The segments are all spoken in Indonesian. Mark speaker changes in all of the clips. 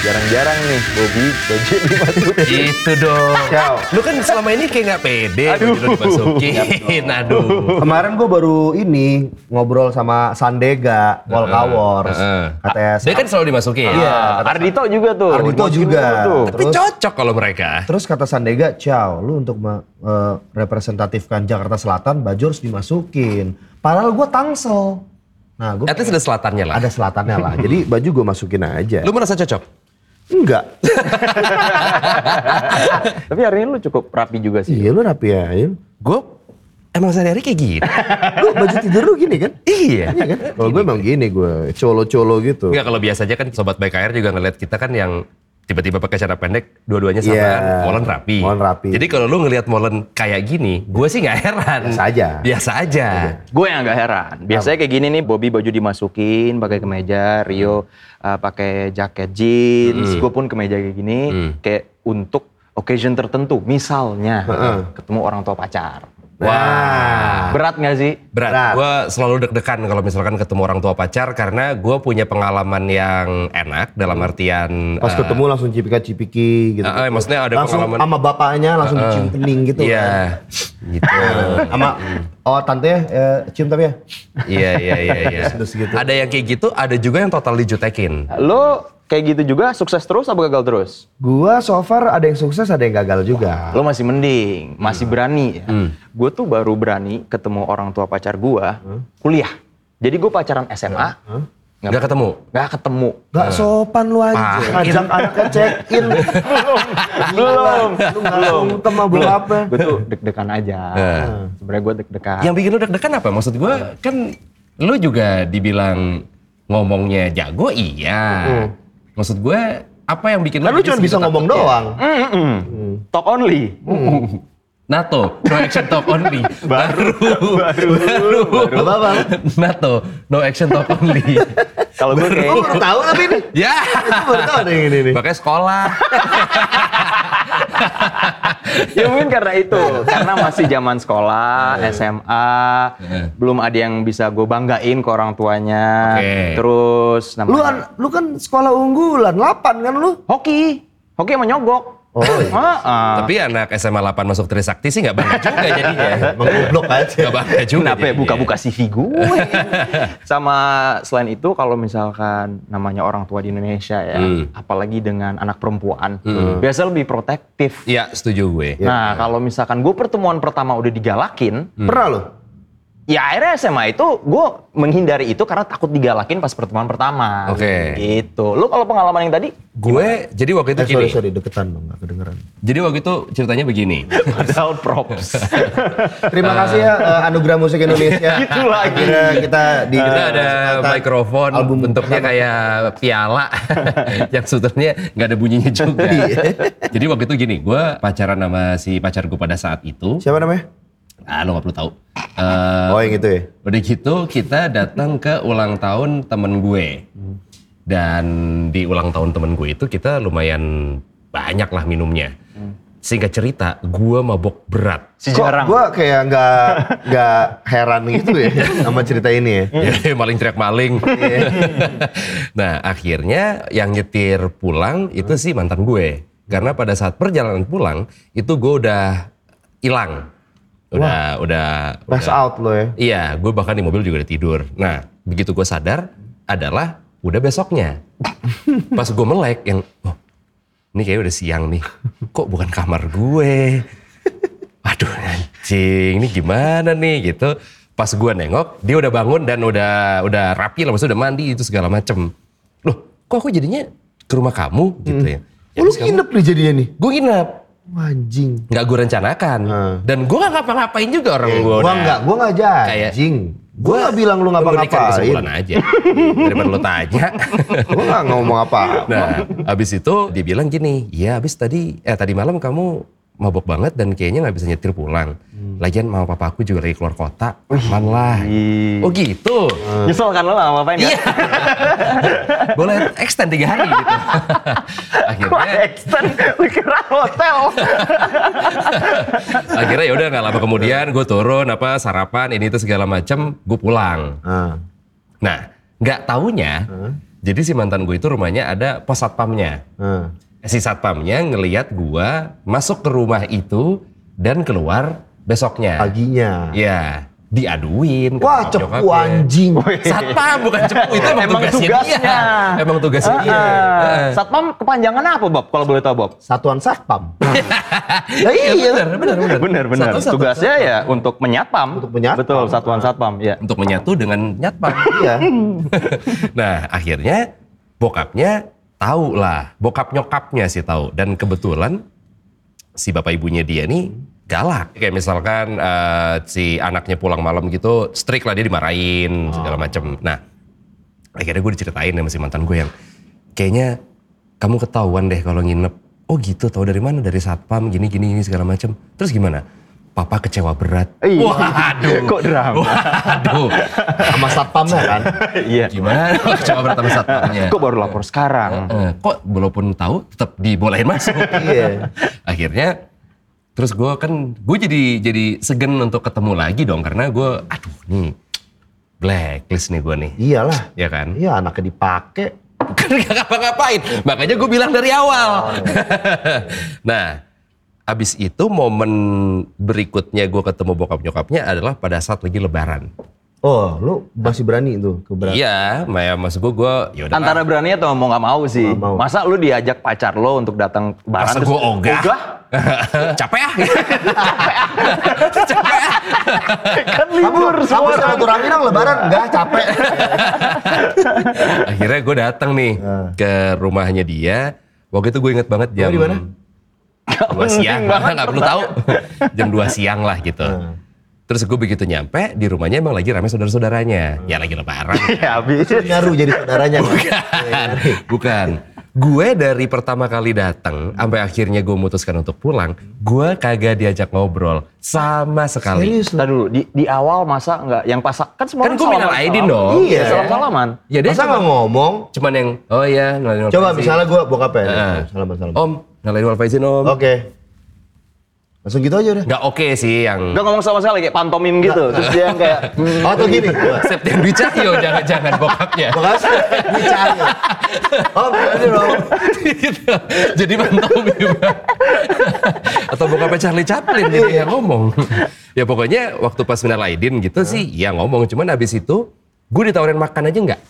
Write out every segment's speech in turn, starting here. Speaker 1: Jarang-jarang nih Bobby Ah, baju dimasukin.
Speaker 2: Itu Gitu dong.
Speaker 1: Ciao.
Speaker 2: Lu kan selama ini kayak nggak pede
Speaker 1: Aduh.
Speaker 2: baju lu
Speaker 3: Iya,
Speaker 2: dimasukin. Aduh.
Speaker 3: Kemarin gue baru ini ngobrol sama Sandega, Volkawars.
Speaker 2: Heeh.
Speaker 3: Katanya
Speaker 2: Dia kan selalu dimasukin.
Speaker 3: Iya.
Speaker 1: Ardito juga tuh.
Speaker 3: Ardhito
Speaker 1: Dimasukin
Speaker 3: juga.
Speaker 1: mulu tuh.
Speaker 2: Tapi cocok kalau mereka.
Speaker 3: Terus kata Sandega, ciao, lu untuk me- eh, representatifkan Jakarta Selatan, baju harus dimasukin. Padahal gue tangsel. Nah, gue
Speaker 2: At least ada selatannya lah.
Speaker 3: ada selatannya lah. Jadi baju gue masukin aja.
Speaker 2: Lu merasa cocok?
Speaker 3: Enggak.
Speaker 1: Tapi hari ini lu cukup rapi juga sih.
Speaker 3: Iya lu rapi aja.
Speaker 2: Gue emang sehari-hari kayak gitu.
Speaker 3: Lu baju tidur lu gini kan?
Speaker 2: iya.
Speaker 3: Iya kan? Kalau gue emang gini gue, colo-colo gitu.
Speaker 2: Enggak kalau biasanya kan sobat BKR juga ngeliat kita kan yang tiba-tiba pakai cara pendek, dua-duanya sama
Speaker 3: Iya.
Speaker 2: molen rapi.
Speaker 3: Molen rapi.
Speaker 2: Jadi kalau lu ngelihat molen kayak gini, gue sih nggak heran.
Speaker 3: Biasa aja. Iya.
Speaker 2: Biasa aja.
Speaker 1: Gue yang agak heran. Biasanya kayak gini nih, Bobby baju dimasukin, pakai kemeja, Rio uh, pakai jaket jeans, gue pun kemeja kayak gini, kayak untuk occasion tertentu, misalnya ketemu orang tua pacar.
Speaker 3: Wah.
Speaker 1: Berat nggak sih?
Speaker 2: Berat.
Speaker 3: Berat.
Speaker 2: Gue selalu deg-degan kalau misalkan ketemu orang tua pacar karena gue punya pengalaman yang enak dalam artian
Speaker 3: Hmm.
Speaker 2: eh,
Speaker 3: Pas ketemu langsung cipika-cipiki gitu.
Speaker 2: eh, eh, maksudnya ada
Speaker 3: langsung
Speaker 2: pengalaman. Ah,
Speaker 3: sama bapaknya langsung dicium kening gitu
Speaker 2: Iya. Gitu.
Speaker 3: kan. Sama oh tante ya eh, cium tapi ya.
Speaker 2: Iya, iya, iya, iya.
Speaker 3: Terus gitu.
Speaker 2: Ada yang kayak gitu, ada juga yang total dijutekin.
Speaker 1: Lo kayak gitu juga sukses terus apa gagal terus?
Speaker 3: Gua so far ada yang sukses ada yang gagal juga.
Speaker 1: Lo masih mending, masih berani ya. Gue tuh baru berani ketemu orang tua pacar gue kuliah. Jadi gue pacaran SMA, nggak
Speaker 2: Nggak ketemu.
Speaker 1: nggak ketemu.
Speaker 3: Gak sopan lu aja.
Speaker 2: Pahit.
Speaker 3: Ngajak anaknya check in. belum. Belum. Belum. Belum. Belum. apa.
Speaker 1: Gue tuh deg-degan aja. Sebenarnya gue deg-degan.
Speaker 2: Yang bikin lu deg-degan apa? Maksud gue kan lu juga dibilang ngomongnya jago iya. Maksud gue apa yang bikin
Speaker 3: Hmm. Kan lu
Speaker 2: jadi
Speaker 3: cuma bisa
Speaker 2: segitu
Speaker 3: ngomong
Speaker 2: takutnya?
Speaker 3: doang.
Speaker 1: Mm-mm. Talk only.
Speaker 2: NATO, no action talk only. baru, baru, baru,
Speaker 3: Apa bang?
Speaker 2: NATO, no action talk only.
Speaker 1: Kalau gue kayak gitu,
Speaker 3: Lu baru tahu tapi ini.
Speaker 2: ya,
Speaker 3: Lu baru tahu ada yang ini nih.
Speaker 2: pakai sekolah.
Speaker 1: ya mungkin karena itu, karena masih zaman sekolah, SMA, belum ada yang bisa gue banggain ke orang tuanya.
Speaker 2: Oke.
Speaker 1: Terus namanya
Speaker 3: Lu, an- lu kan sekolah unggulan, 8 kan lu?
Speaker 1: hoki, hoki sama nyogok.
Speaker 3: Oh, iya.
Speaker 1: Ah, ah.
Speaker 2: Tapi anak SMA 8 masuk Trisakti sih nggak bangga juga jadinya.
Speaker 3: Menggoblok aja.
Speaker 2: Nggak bangga juga.
Speaker 1: Kenapa ya
Speaker 2: jadinya.
Speaker 1: buka-buka CV gue? Sama selain itu kalau misalkan namanya orang tua di Indonesia ya,
Speaker 2: Hmm.
Speaker 1: apalagi dengan anak perempuan, biasa lebih protektif.
Speaker 2: Iya, setuju gue.
Speaker 1: Nah kalau misalkan gue pertemuan pertama udah digalakin,
Speaker 2: Hmm.
Speaker 3: Pernah lu? Eh,
Speaker 1: ya akhirnya SMA itu gue menghindari itu karena takut digalakin pas pertemuan pertama.
Speaker 2: Oke.
Speaker 1: Gitu. Lu kalau pengalaman yang tadi,
Speaker 2: Gue jadi waktu itu
Speaker 3: Eh,
Speaker 2: gini.
Speaker 3: sorry, sorry, deketan dong, gak kedengeran.
Speaker 2: Jadi waktu itu ceritanya begini.
Speaker 1: padahal props.
Speaker 3: Terima kasih ya eh, Anugerah Musik Indonesia.
Speaker 1: Gitu lagi.
Speaker 3: Akhirnya kita di
Speaker 2: Kita ada
Speaker 3: kesempatan
Speaker 2: mikrofon
Speaker 3: Eh, album
Speaker 2: bentuknya
Speaker 3: pertama.
Speaker 2: kayak piala yang sebetulnya nggak ada bunyinya juga. Jadi waktu itu gini, gue pacaran sama si pacar gue pada saat itu.
Speaker 3: Siapa namanya?
Speaker 2: Ah, lo nggak perlu tahu. Eh,
Speaker 3: Oh yang itu ya.
Speaker 2: udah gitu kita datang ke ulang tahun temen gue. Dan di ulang tahun temen gue itu kita lumayan banyak lah minumnya. Singkat cerita, gue mabok berat.
Speaker 1: Si jarang.
Speaker 3: Gue kayak nggak nggak heran gitu ya sama cerita ini ya.
Speaker 2: Ya, maling teriak maling. nah, akhirnya yang nyetir pulang itu sih mantan gue. Karena pada saat perjalanan pulang itu gue udah hilang. Udah udah
Speaker 3: Pass out lo ya.
Speaker 2: Iya, gue bahkan di mobil juga udah tidur. Nah, begitu gue sadar adalah udah besoknya. Pas gue melek yang, oh, ini kayaknya udah siang nih. Kok bukan kamar gue? Aduh anjing, ini gimana nih gitu. Pas gue nengok, dia udah bangun dan udah udah rapi lah, maksudnya udah mandi itu segala macem. Loh, kok aku jadinya ke rumah kamu gitu ya?
Speaker 3: Oh, lu nginep nih jadinya nih.
Speaker 2: Gue nginep,
Speaker 3: Anjing.
Speaker 2: nggak gue rencanakan. Dan gue nggak ngapa-ngapain juga orang gue.
Speaker 3: Hmm. Iya. Gua
Speaker 2: udah-
Speaker 3: nggak, gua nggak aja.
Speaker 2: Kayak-
Speaker 3: Anjing. Gua nggak bilang lu
Speaker 2: sebulan
Speaker 3: ngapa-ngapain.
Speaker 2: aja. Daripada lo tanya.
Speaker 3: Gua nggak ngomong apa.
Speaker 2: nah, abis itu dia bilang gini, ya abis tadi, eh tadi malam kamu mabok banget dan kayaknya nggak bisa nyetir pulang. Lagian mama papa aku juga lagi keluar kota, aman lah.
Speaker 1: iya.
Speaker 2: Oh gitu?
Speaker 1: Nyesel kan lo nggak ngapain kan?
Speaker 2: Iya. Boleh extend tiga hari gitu.
Speaker 1: Kok
Speaker 2: akhirnya,
Speaker 1: Exton? Lu kira hotel.
Speaker 2: akhirnya ya udah nggak lama kemudian gue turun apa
Speaker 3: Nah,
Speaker 2: sarapan ini itu segala macem, gue pulang.
Speaker 3: Ah.
Speaker 2: Nah, nggak taunya Jadi si mantan gue itu rumahnya ada pos satpamnya.
Speaker 3: Nah,
Speaker 2: Si satpamnya ngeliat gua masuk ke rumah itu dan keluar besoknya.
Speaker 3: paginya.
Speaker 2: Ya, diaduin. ke
Speaker 3: Wah
Speaker 2: bokap
Speaker 3: cepu
Speaker 2: nyokapnya. iya.
Speaker 3: anjing.
Speaker 2: Satpam bukan cepu itu emang,
Speaker 1: Emang
Speaker 2: tugasnya,
Speaker 1: tugasnya.
Speaker 2: dia. Emang tugasnya
Speaker 1: Ah,
Speaker 2: dia.
Speaker 1: ah.
Speaker 2: Heeh.
Speaker 1: Satpam kepanjangan apa Bob? Kalau boleh tahu Bob?
Speaker 3: Satuan satpam. ya iya.
Speaker 2: benar, benar, benar.
Speaker 1: Bener bener.
Speaker 2: Satu-satu.
Speaker 1: Tugasnya ya untuk menyatpam.
Speaker 3: Untuk menyatpam.
Speaker 1: Betul
Speaker 2: Ah.
Speaker 1: satuan satpam. Ya.
Speaker 2: Untuk menyatu dengan nyatpam.
Speaker 3: Iya.
Speaker 2: nah, akhirnya bokapnya tahu lah. Bokap nyokapnya sih tahu. Dan kebetulan si bapak ibunya dia nih galak. Kayak misalkan eh, si anaknya pulang malam gitu, strict lah dia dimarahin segala macem. Nah, akhirnya gue diceritain sama si mantan gue yang kayaknya kamu ketahuan deh kalau nginep. Oh gitu, tahu dari mana? Dari satpam gini gini gini segala macem. Terus gimana? Papa kecewa berat.
Speaker 1: Iya.
Speaker 2: Waduh.
Speaker 1: Kok drama?
Speaker 2: Waduh.
Speaker 3: Sama satpamnya kan.
Speaker 1: Iya.
Speaker 2: Gimana? Kecewa berat sama satpamnya.
Speaker 1: Kok baru lapor sekarang?
Speaker 2: Eh, kok walaupun tahu tetap dibolehin masuk.
Speaker 3: Iya.
Speaker 2: Akhirnya terus gue kan gue jadi jadi segan untuk ketemu lagi dong karena gue aduh nih blacklist nih gue nih
Speaker 3: Iyalah.
Speaker 2: ya kan
Speaker 3: Iya anaknya dipakai.
Speaker 2: kan gak ngapa-ngapain makanya gue bilang dari awal nah abis itu momen berikutnya gue ketemu bokap nyokapnya adalah pada saat lagi lebaran
Speaker 3: Oh lu masih berani tuh keberanian.
Speaker 2: iya Maya maksud ya gue gue yaudah lah.
Speaker 1: Antara berani atau mau nggak mau sih.
Speaker 3: Nggak mau.
Speaker 1: Masa lu diajak pacar lo untuk datang barang
Speaker 2: Masa
Speaker 1: terus,
Speaker 2: gua ogah? capek ya
Speaker 1: kan
Speaker 2: Iya.
Speaker 1: libur
Speaker 3: Kamu, kamu
Speaker 1: semua orang.
Speaker 3: silaturahmi dong lebaran. Enggak capek.
Speaker 2: akhirnya gue datang nih
Speaker 3: Nah.
Speaker 2: ke rumahnya dia. Waktu itu gue inget banget jam
Speaker 3: di mana?
Speaker 2: Dua
Speaker 1: penting
Speaker 2: siang,
Speaker 1: banget
Speaker 2: nggak perlu tahu. jam 2 siang lah gitu.
Speaker 3: Nah.
Speaker 2: Terus gue begitu nyampe di rumahnya emang lagi rame saudara-saudaranya.
Speaker 3: Hmm.
Speaker 2: Ya lagi lebaran.
Speaker 1: Ya habis.
Speaker 2: Iya.
Speaker 3: Nyaru jadi saudaranya.
Speaker 2: Bukan. Bukan. Gue dari pertama kali datang sampai akhirnya gue memutuskan untuk pulang, gue kagak diajak ngobrol sama sekali.
Speaker 3: Serius lu.
Speaker 1: Ntar dulu di, di awal masa nggak yang pas kan semua
Speaker 2: Kan
Speaker 1: orang
Speaker 2: gue minal
Speaker 1: salaman-
Speaker 2: aidin
Speaker 1: salaman.
Speaker 2: dong.
Speaker 1: Iya,
Speaker 3: Iya.
Speaker 1: salam-salaman.
Speaker 2: Ya dia
Speaker 3: Masa nggak
Speaker 2: cuma,
Speaker 3: ngomong?
Speaker 2: cuman yang oh ya ngelain
Speaker 3: Coba misalnya Oh. gue bokapnya.
Speaker 2: Heeh.
Speaker 3: Salam salam.
Speaker 2: Om, ngalain wal faizin om.
Speaker 3: Oke. Langsung gitu aja udah.
Speaker 2: Nggak oke sih yang
Speaker 1: Gak ngomong sama sekali kayak pantomim gitu. Terus dia yang kayak hmm,
Speaker 3: Oh tuh gini. Coba.
Speaker 2: Septian Cahyo jangan-jangan bokapnya.
Speaker 3: Makasih. Dicari. Oh berani dong.
Speaker 2: Gitu. Jadi pantomim. Atau bokapnya Charlie Chaplin jadi yang ngomong. ya pokoknya waktu pas Minal Aidin gitu sih ya ngomong. Cuman abis itu gue ditawarin makan aja nggak?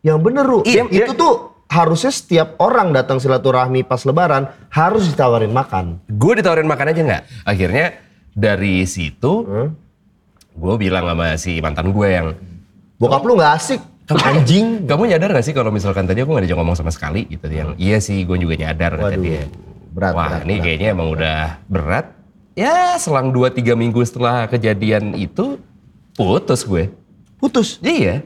Speaker 3: Yang bener Ru,
Speaker 1: Iya,
Speaker 3: itu
Speaker 1: iya.
Speaker 3: tuh harusnya setiap orang datang silaturahmi pas lebaran harus ditawarin makan.
Speaker 2: Gue ditawarin makan aja nggak? Akhirnya dari situ
Speaker 3: Hmm.
Speaker 2: gue bilang sama si mantan gue yang
Speaker 3: Bokap lu nggak asik, anjing.
Speaker 2: kamu nyadar gak sih kalau misalkan tadi aku gak diajak ngomong sama sekali gitu yang iya sih gue juga nyadar kata
Speaker 3: Hmm. Waduh,
Speaker 2: dia
Speaker 3: berat,
Speaker 2: wah
Speaker 3: berat,
Speaker 2: ini
Speaker 3: berat.
Speaker 2: kayaknya emang udah berat ya selang 2-3 minggu setelah kejadian itu putus gue
Speaker 3: Putus.
Speaker 2: iya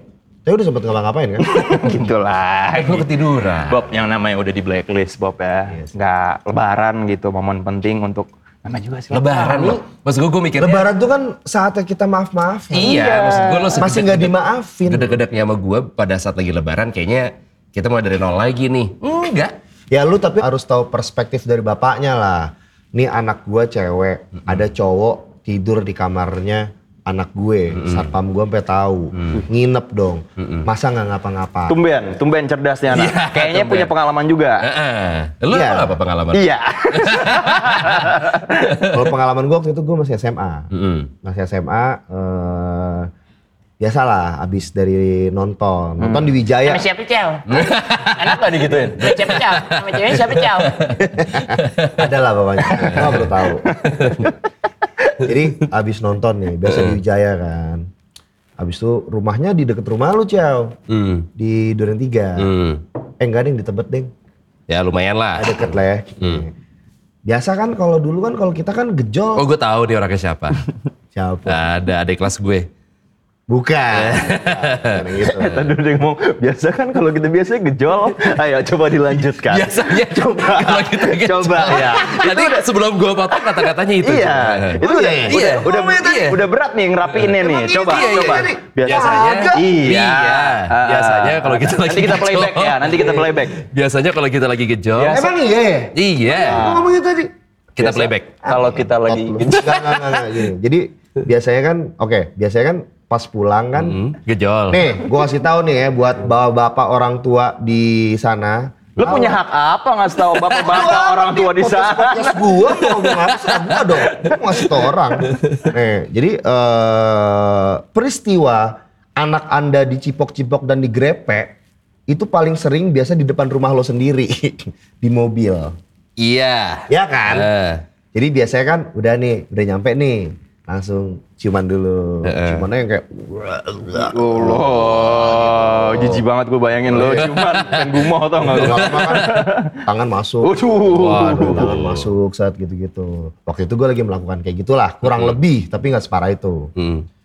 Speaker 3: Tapi udah sempet ngapa-ngapain kan?
Speaker 1: gitu lah.
Speaker 2: eh, gue ketiduran
Speaker 1: Bob yang namanya udah di blacklist Bob ya. Nggak lebaran gitu momen penting untuk nama juga sih.
Speaker 2: lebaran loh maksud gue gue mikirnya
Speaker 3: lebaran tuh kan saatnya kita maaf-maafan.
Speaker 2: iya maksud gue lo
Speaker 3: Masih nggak dimaafin.
Speaker 2: gedek-gedeknya sama gue pada saat lagi lebaran kayaknya kita mau dari nol lagi nih enggak
Speaker 3: Ya lu tapi harus tahu perspektif dari bapaknya lah. Nih anak gue cewek, ada cowok tidur di kamarnya anak gue, satpam gue sampai tahu, nginep dong, masa nggak ngapa-ngapa?
Speaker 1: Tumben, tumben cerdasnya anak.
Speaker 2: Iya,
Speaker 1: Kayaknya
Speaker 2: tumben.
Speaker 1: punya pengalaman juga.
Speaker 2: Heeh. lo
Speaker 3: Iya.
Speaker 2: apa pengalaman
Speaker 1: Iya.
Speaker 3: Kalau pengalaman gue waktu itu gue masih SMA,
Speaker 2: Mm-mm.
Speaker 3: masih SMA, eh, biasalah abis dari nonton, nonton di Wijaya.
Speaker 4: Sama siapa Chow?
Speaker 1: Enak gak digituin?
Speaker 4: Sama siapa Chow? Sama cewek siapa Chow?
Speaker 3: Adalah bapaknya. Nggak perlu tahu. Jadi abis nonton nih, biasa di Wijaya kan. Abis itu rumahnya di deket rumah lu, Ciao.
Speaker 2: Mm.
Speaker 3: Di Duren 3.
Speaker 1: Hmm.
Speaker 2: Mm.
Speaker 3: Eh enggak ding, di Tebet ding.
Speaker 2: ya lumayan lah
Speaker 3: Ah, deket lah ya.
Speaker 1: Hmm.
Speaker 3: Biasa kan kalau dulu kan kalau kita kan gejol.
Speaker 2: Oh gue tahu nih orangnya siapa.
Speaker 1: Ah.
Speaker 3: Siapa?
Speaker 2: Ada adik kelas gue.
Speaker 3: Bukan. Bukan yang gitu.
Speaker 1: Iya. Tadi udah ngomong, biasa kan kalau kita biasanya gejol. Ayo coba dilanjutkan.
Speaker 2: Biasanya
Speaker 1: Coba.
Speaker 2: Kalau kita gitu.
Speaker 1: Coba ya.
Speaker 2: Tadi sebelum gue potong kata-katanya itu.
Speaker 1: Iya, itu
Speaker 3: Oh,
Speaker 1: udah,
Speaker 3: iya,
Speaker 2: iya.
Speaker 1: udah, udah,
Speaker 2: Ngomongnya tadi.
Speaker 1: udah berat nih ngerapiinnya nih.
Speaker 3: Emang
Speaker 1: Coba,
Speaker 3: iya, iya,
Speaker 1: coba.
Speaker 3: iya.
Speaker 1: Biasanya,
Speaker 2: Biasanya.
Speaker 1: iya.
Speaker 2: Iya.
Speaker 1: Ah,
Speaker 2: Biasanya kalau kita lagi
Speaker 1: nanti kita
Speaker 2: gejol.
Speaker 1: playback ya, nanti kita playback.
Speaker 2: Biasanya kalau kita lagi gejol.
Speaker 1: Biasa.
Speaker 3: Emang iya ya?
Speaker 2: Iya.
Speaker 3: Lu ngomong gitu tadi.
Speaker 2: Kita playback.
Speaker 1: Kalau kita lagi
Speaker 3: Enggak, enggak, enggak, enggak, gini. Jadi biasanya kan, oke, biasanya kan pas pulang kan
Speaker 2: Hmm, gejol.
Speaker 3: Nih, gue kasih tahu nih ya buat bapak-bapak orang tua di sana.
Speaker 1: Lu punya hak apa ngasih tahu bapak-bapak orang tua di sana?
Speaker 3: Podcast gue mau ngomong apa serah gua dong. Gue ngasih tau orang. Nih, jadi eh, peristiwa anak anda dicipok-cipok dan digrepe itu paling sering biasa di depan rumah lo sendiri di mobil.
Speaker 2: Iya.
Speaker 3: Ya kan?
Speaker 2: Eh,
Speaker 3: Jadi biasanya kan udah nih, udah nyampe nih, langsung ciuman dulu. Ciumannya yang kayak
Speaker 1: Allah, jijik banget gue bayangin lo
Speaker 2: Iya.
Speaker 1: cuman pengen gumoh tau gak lu?
Speaker 3: lama-lama kan tangan masuk.
Speaker 1: Waduh.
Speaker 3: Aduh, jangan masuk saat gitu-gitu. Waktu itu gue lagi melakukan kayak gitulah, kurang lebih, tapi nggak separah itu.
Speaker 2: hmm.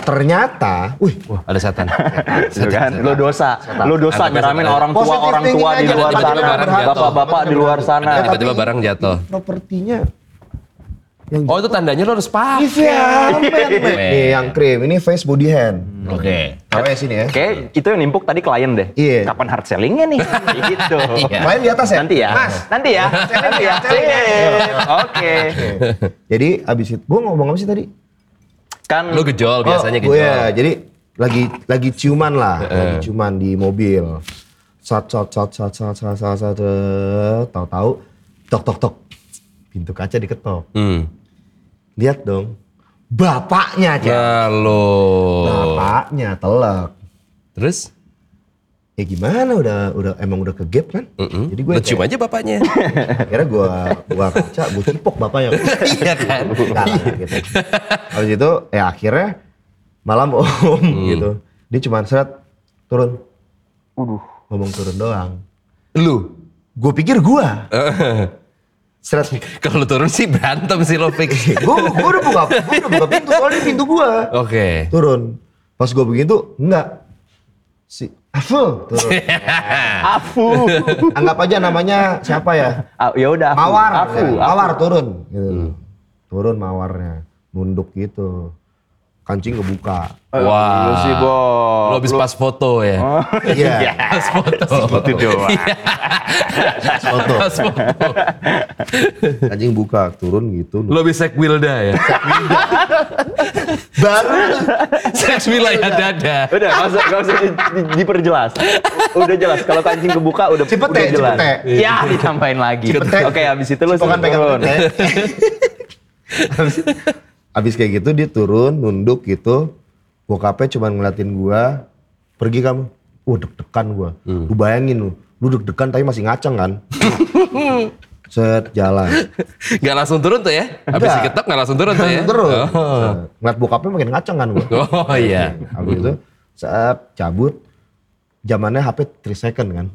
Speaker 3: Ternyata, wih,
Speaker 2: Wah, ada setan.
Speaker 3: Iya
Speaker 1: Gitu kan? Lo dosa, lo dosa
Speaker 2: Anggapnya
Speaker 1: nyeramin
Speaker 2: setan.
Speaker 1: orang tua
Speaker 3: Positive
Speaker 1: orang tua
Speaker 3: thinking
Speaker 1: di
Speaker 3: aja,
Speaker 1: luar
Speaker 2: tiba-tiba
Speaker 1: sana,
Speaker 2: barang jatuh.
Speaker 1: bapak-bapak di luar sana.
Speaker 3: Ada
Speaker 2: Nah, Tiba-tiba barang jatuh.
Speaker 3: propertinya yang
Speaker 2: Oh iya. itu tandanya lo harus paham.
Speaker 3: Ini Fiamen, men. Nih yang krim, ini face body hand.
Speaker 2: Hmm. Oke.
Speaker 3: Tahu ya sini ya.
Speaker 1: Kayak itu yang nimpuk tadi klien deh.
Speaker 3: Iya.
Speaker 1: Kapan hard sellingnya nih? gitu.
Speaker 2: Iya.
Speaker 3: Lain di atas ya?
Speaker 1: Nanti ya.
Speaker 3: Mas.
Speaker 1: Nanti ya. Nanti ya.
Speaker 3: selling ya.
Speaker 1: Sip. Oke.
Speaker 3: Jadi abis itu, gue ngomong apa sih tadi?
Speaker 1: Kan
Speaker 2: Lo gejol biasanya gitu.
Speaker 3: Oh,
Speaker 2: gejol.
Speaker 3: iya, jadi lagi lagi ciuman lah, lagi ciuman di mobil. Sat sat sat sat sat sat sat sat eh, tahu-tahu tok tok tok. Pintu kaca diketok.
Speaker 2: Hmm.
Speaker 3: Lihat dong. Bapaknya aja.
Speaker 2: Nah lo.
Speaker 3: Nah. Bapaknya telak.
Speaker 2: Terus?
Speaker 3: Ya gimana udah udah emang udah ke gap kan?
Speaker 2: Mm-mm.
Speaker 3: Jadi gue
Speaker 2: Lo cium aja bapaknya.
Speaker 3: akhirnya gue gua kaca, gue cipok bapaknya.
Speaker 2: Iya kan?
Speaker 3: Enggak lah, gitu. Habis itu ya akhirnya malam om gitu. Dia cuma seret turun.
Speaker 1: Waduh.
Speaker 3: Ngomong turun doang.
Speaker 2: Lu.
Speaker 3: Gue pikir gua. Seret.
Speaker 2: Kalau lu turun sih berantem sih lo fix.
Speaker 3: Gue gua udah buka, gua udah buka pintu soalnya pintu gua.
Speaker 2: Oke.
Speaker 3: Turun. Pas gue begitu, enggak. Si Aful turun.
Speaker 1: Afu.
Speaker 3: Anggap aja namanya siapa ya?
Speaker 1: Ah, ya udah. Afu.
Speaker 3: Mawar.
Speaker 1: Afu.
Speaker 3: Ya, Mawar turun. Gitu.
Speaker 1: Hmm.
Speaker 3: Turun mawarnya. Nunduk gitu. Kancing kebuka.
Speaker 1: Eh,
Speaker 2: Wah. Iya
Speaker 1: Lu sih, Bo.
Speaker 2: Lo habis pas foto ya.
Speaker 3: Iya.
Speaker 2: Pas foto.
Speaker 1: Itu doang.
Speaker 3: Foto.
Speaker 2: Pas foto.
Speaker 3: Kancing buka, turun gitu.
Speaker 2: Lo habis sek Wilda ya.
Speaker 3: Baru
Speaker 2: Sek Wilda ya dada.
Speaker 1: Udah, gak usah, gak usah di- di- diperjelas. Udah jelas, kalau kancing kebuka udah,
Speaker 3: Cipete,
Speaker 1: udah jelas.
Speaker 3: cipete.
Speaker 1: Ya, ditambahin lagi.
Speaker 3: Cipete.
Speaker 1: Oke, habis itu lu
Speaker 3: Cipokan
Speaker 1: suruh
Speaker 3: pegang
Speaker 1: turun.
Speaker 3: tete. Abis- Abis kayak gitu dia turun, nunduk gitu. Bokapnya cuma ngeliatin gua, pergi kamu. Wah deg-degan gua.
Speaker 1: Hmm.
Speaker 3: Lu bayangin lu, lu deg-degan tapi masih ngaceng kan. Set jalan.
Speaker 2: Gak langsung turun tuh ya? Habis
Speaker 3: Enggak.
Speaker 2: diketok gak langsung turun tuh ya?
Speaker 3: Terus.
Speaker 2: Oh,
Speaker 3: Set. Ngeliat bokapnya makin ngaceng kan gua.
Speaker 2: Oh, iya.
Speaker 3: Abis itu, set cabut. Zamannya HP 3 second kan.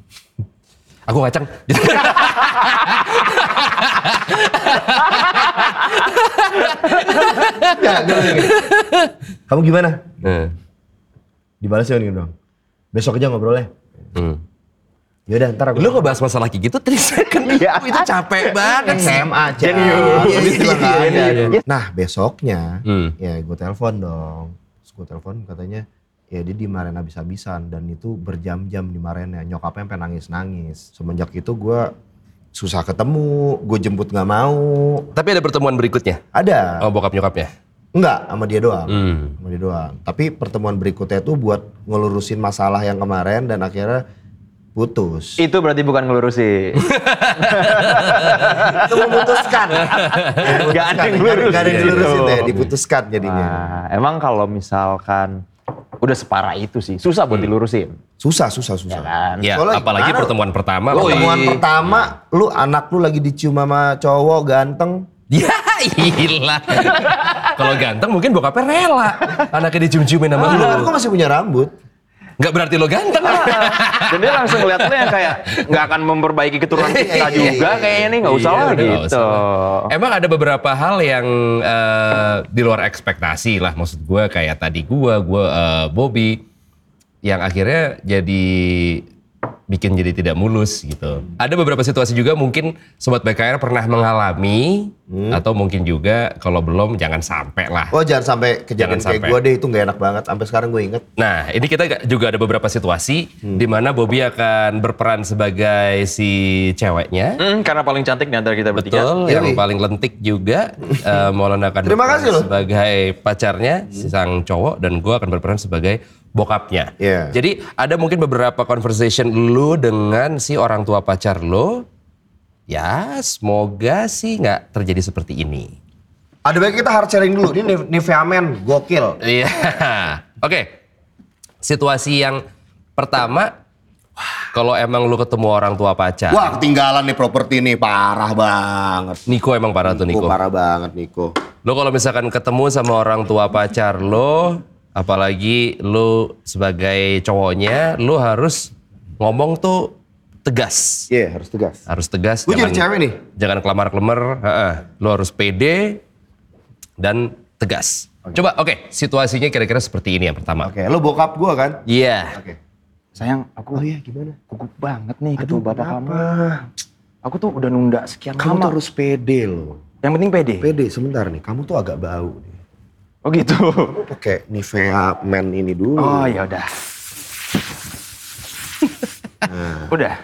Speaker 2: Aku Gitu. kacang.
Speaker 1: Iya.
Speaker 3: Enggak, dia bilang Ya, gini, Kamu gimana?
Speaker 2: Nah.
Speaker 3: Dibalas ya doang. Besok aja ngobrolnya.
Speaker 2: Hmm.
Speaker 3: Yaudah ntar aku.
Speaker 2: Lu ngebahas masalah kayak gitu 3 second
Speaker 1: Iya.
Speaker 2: itu capek banget.
Speaker 3: SMA aja.
Speaker 1: Jenius.
Speaker 3: Iya, iya, iya,
Speaker 1: Jenius.
Speaker 3: iya. Nah besoknya
Speaker 2: Hmm.
Speaker 3: ya gue telepon dong. Terus gue telepon katanya ya dia dimarahin habis-habisan dan itu berjam-jam dimarahinnya. Nyokapnya sampai nangis-nangis. Semenjak itu gue susah ketemu, gue jemput nggak mau.
Speaker 2: Tapi ada pertemuan berikutnya.
Speaker 3: Ada,
Speaker 2: Oh bokap nyokapnya.
Speaker 3: enggak sama dia doang.
Speaker 2: Hmm.
Speaker 3: Sama dia doang. Tapi pertemuan berikutnya itu buat ngelurusin masalah yang kemarin dan akhirnya putus.
Speaker 1: Itu berarti bukan ngelurusin.
Speaker 3: itu memutuskan.
Speaker 1: Gak ada yang
Speaker 3: Memutuskan. Gak
Speaker 1: ngelurusin
Speaker 3: ada yang
Speaker 1: Iya.
Speaker 3: dilurusin
Speaker 1: itu.
Speaker 3: ya, diputuskan jadinya.
Speaker 1: Nah, emang kalau misalkan udah separah itu sih, susah
Speaker 2: Hmm.
Speaker 1: buat dilurusin.
Speaker 3: Susah, susah, susah.
Speaker 1: Kan?
Speaker 2: Ya,
Speaker 3: Soalnya
Speaker 2: apalagi
Speaker 3: gimana?
Speaker 2: pertemuan pertama.
Speaker 3: Lu Pertemuan
Speaker 2: woi.
Speaker 3: pertama, lu anak lu lagi dicium sama cowok ganteng.
Speaker 2: Ya gila. Kalau ganteng mungkin bokapnya rela. Anaknya dicium-ciumin sama
Speaker 3: Lu
Speaker 2: lu.
Speaker 3: kan kok masih punya rambut.
Speaker 2: Gak berarti lo ganteng.
Speaker 1: Dan dia langsung ngeliat lo yang kayak nggak akan memperbaiki keturunan kita
Speaker 3: Iya.
Speaker 1: juga kayaknya nih nggak usah
Speaker 2: Iya,
Speaker 1: lah
Speaker 2: udah nggak
Speaker 1: gitu.
Speaker 2: usah lah. Emang ada beberapa hal yang eh, di luar ekspektasi lah. Maksud gue kayak tadi gue, gue eh, Bobby. Yang akhirnya jadi bikin jadi tidak mulus gitu. Ada beberapa situasi juga mungkin sobat BKR pernah mengalami atau mungkin juga kalau belum jangan sampai lah.
Speaker 3: Oh jangan sampai
Speaker 2: Jangan
Speaker 3: kejadian kayak
Speaker 2: sampai.
Speaker 3: gue deh itu nggak enak banget. Sampai sekarang gue inget.
Speaker 2: Nah, ini kita ga- juga ada beberapa situasi
Speaker 3: Hmm.
Speaker 2: di mana Bobby akan berperan sebagai si ceweknya.
Speaker 1: Hmm, karena paling cantik di antara kita
Speaker 3: Hmm,
Speaker 1: bertiga.
Speaker 2: Betul, yang paling lentik juga eh, Maulana akan
Speaker 3: iya. Terima
Speaker 2: berperan
Speaker 3: kasih loh. Hmm.
Speaker 2: sebagai pacarnya si sang cowok dan gua akan berperan sebagai bokapnya.
Speaker 3: Iya.
Speaker 2: Jadi ada mungkin beberapa conversation lu dengan si orang tua pacar lu. Ya, semoga sih nggak terjadi seperti ini.
Speaker 3: Ada baiknya kita hard sharing dulu. Ini Niv- Nivea Man, gokil.
Speaker 2: Iya. Oke. Situasi yang pertama kalau emang lu ketemu orang tua pacar.
Speaker 3: Wah ketinggalan nih properti nih parah banget.
Speaker 2: Niko emang parah tuh Niko.
Speaker 3: Niko parah banget Niko.
Speaker 2: Lo kalau misalkan ketemu sama orang tua pacar lo, apalagi lo sebagai cowoknya, lo harus ngomong tuh tegas.
Speaker 3: Iya harus tegas.
Speaker 2: Harus tegas.
Speaker 3: Gua jadi cewek nih.
Speaker 2: Jangan kelamar-kelemar. heeh. Lo harus pede dan tegas. Coba, oke, situasinya kira-kira seperti ini yang pertama.
Speaker 3: Oke, lo bokap gue kan?
Speaker 2: Iya.
Speaker 3: Oke.
Speaker 1: Sayang,
Speaker 3: Oh
Speaker 1: aku
Speaker 3: iya,
Speaker 1: gimana? Gugup banget nih ketemu bapak kamu. Aku tuh udah nunda sekian
Speaker 3: Kamu tuh
Speaker 1: lama.
Speaker 3: harus pede loh.
Speaker 1: Yang penting pede.
Speaker 3: Pede sebentar nih, kamu tuh agak bau nih.
Speaker 1: Oh gitu.
Speaker 3: Pakai Nivea Man ini dulu.
Speaker 1: Oh ya udah. udah.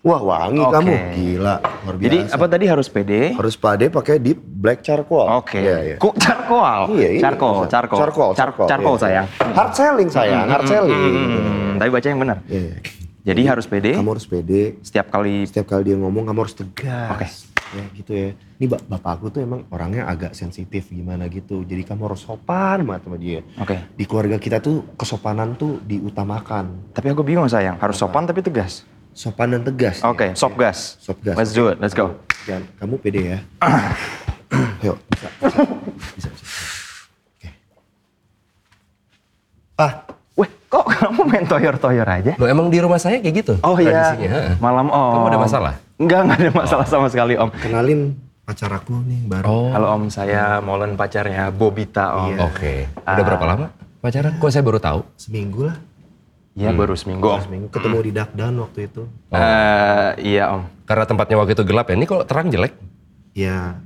Speaker 3: Wah wangi
Speaker 1: Oke.
Speaker 3: kamu. Gila, luar biasa.
Speaker 1: Jadi apa tadi harus pede?
Speaker 3: Harus pade pakai deep black charcoal.
Speaker 1: Oke.
Speaker 3: Iya, iya.
Speaker 1: Kok charcoal?
Speaker 3: Iya, ini
Speaker 1: Charcoal,
Speaker 3: bisa.
Speaker 1: charcoal.
Speaker 3: Charcoal,
Speaker 1: Char-
Speaker 3: charcoal,
Speaker 1: charcoal,
Speaker 3: iya.
Speaker 1: sayang. Mm-hmm.
Speaker 3: Hard selling sayang, hard selling.
Speaker 1: Hmm, tapi baca yang benar.
Speaker 3: Iya, iya.
Speaker 1: Jadi harus pede.
Speaker 3: Kamu harus pede.
Speaker 1: Setiap kali
Speaker 3: Setiap kali dia ngomong kamu harus tegas.
Speaker 1: Oke.
Speaker 3: Ya gitu ya. Ini bap- bapakku tuh emang orangnya agak sensitif gimana gitu. Jadi kamu harus sopan banget sama dia.
Speaker 1: Oke.
Speaker 3: Di keluarga kita tuh kesopanan tuh diutamakan.
Speaker 1: Tapi aku bingung sayang, harus sopan tapi tegas.
Speaker 3: Sopan dan tegas. ya.
Speaker 1: Oke, sop gas.
Speaker 3: Sop gas.
Speaker 1: Let's do it, let's go.
Speaker 3: Dan kamu pede ya. Yuk, bisa. Bisa, bisa. bisa. Oke. Ah,
Speaker 1: Weh, kok kamu main toyor-toyor aja?
Speaker 2: Lo emang di rumah saya kayak gitu?
Speaker 1: Oh iya,
Speaker 2: tradisinya, heeh.
Speaker 1: malam om.
Speaker 2: Kamu ada masalah?
Speaker 1: Enggak, enggak ada masalah sama sekali om.
Speaker 3: kenalin pacar aku nih yang baru.
Speaker 2: Oh,
Speaker 1: Oh. Halo om, saya Molen pacarnya Bobita om.
Speaker 2: oke.
Speaker 1: Ah.
Speaker 2: Udah berapa lama pacaran? Kok saya baru tahu?
Speaker 3: Seminggu lah.
Speaker 1: Iya baru seminggu om.
Speaker 3: Seminggu ketemu di Dakdan waktu itu.
Speaker 1: Eh, iya om.
Speaker 2: Karena tempatnya waktu itu gelap ya. Ini kalau terang jelek.
Speaker 3: Ya,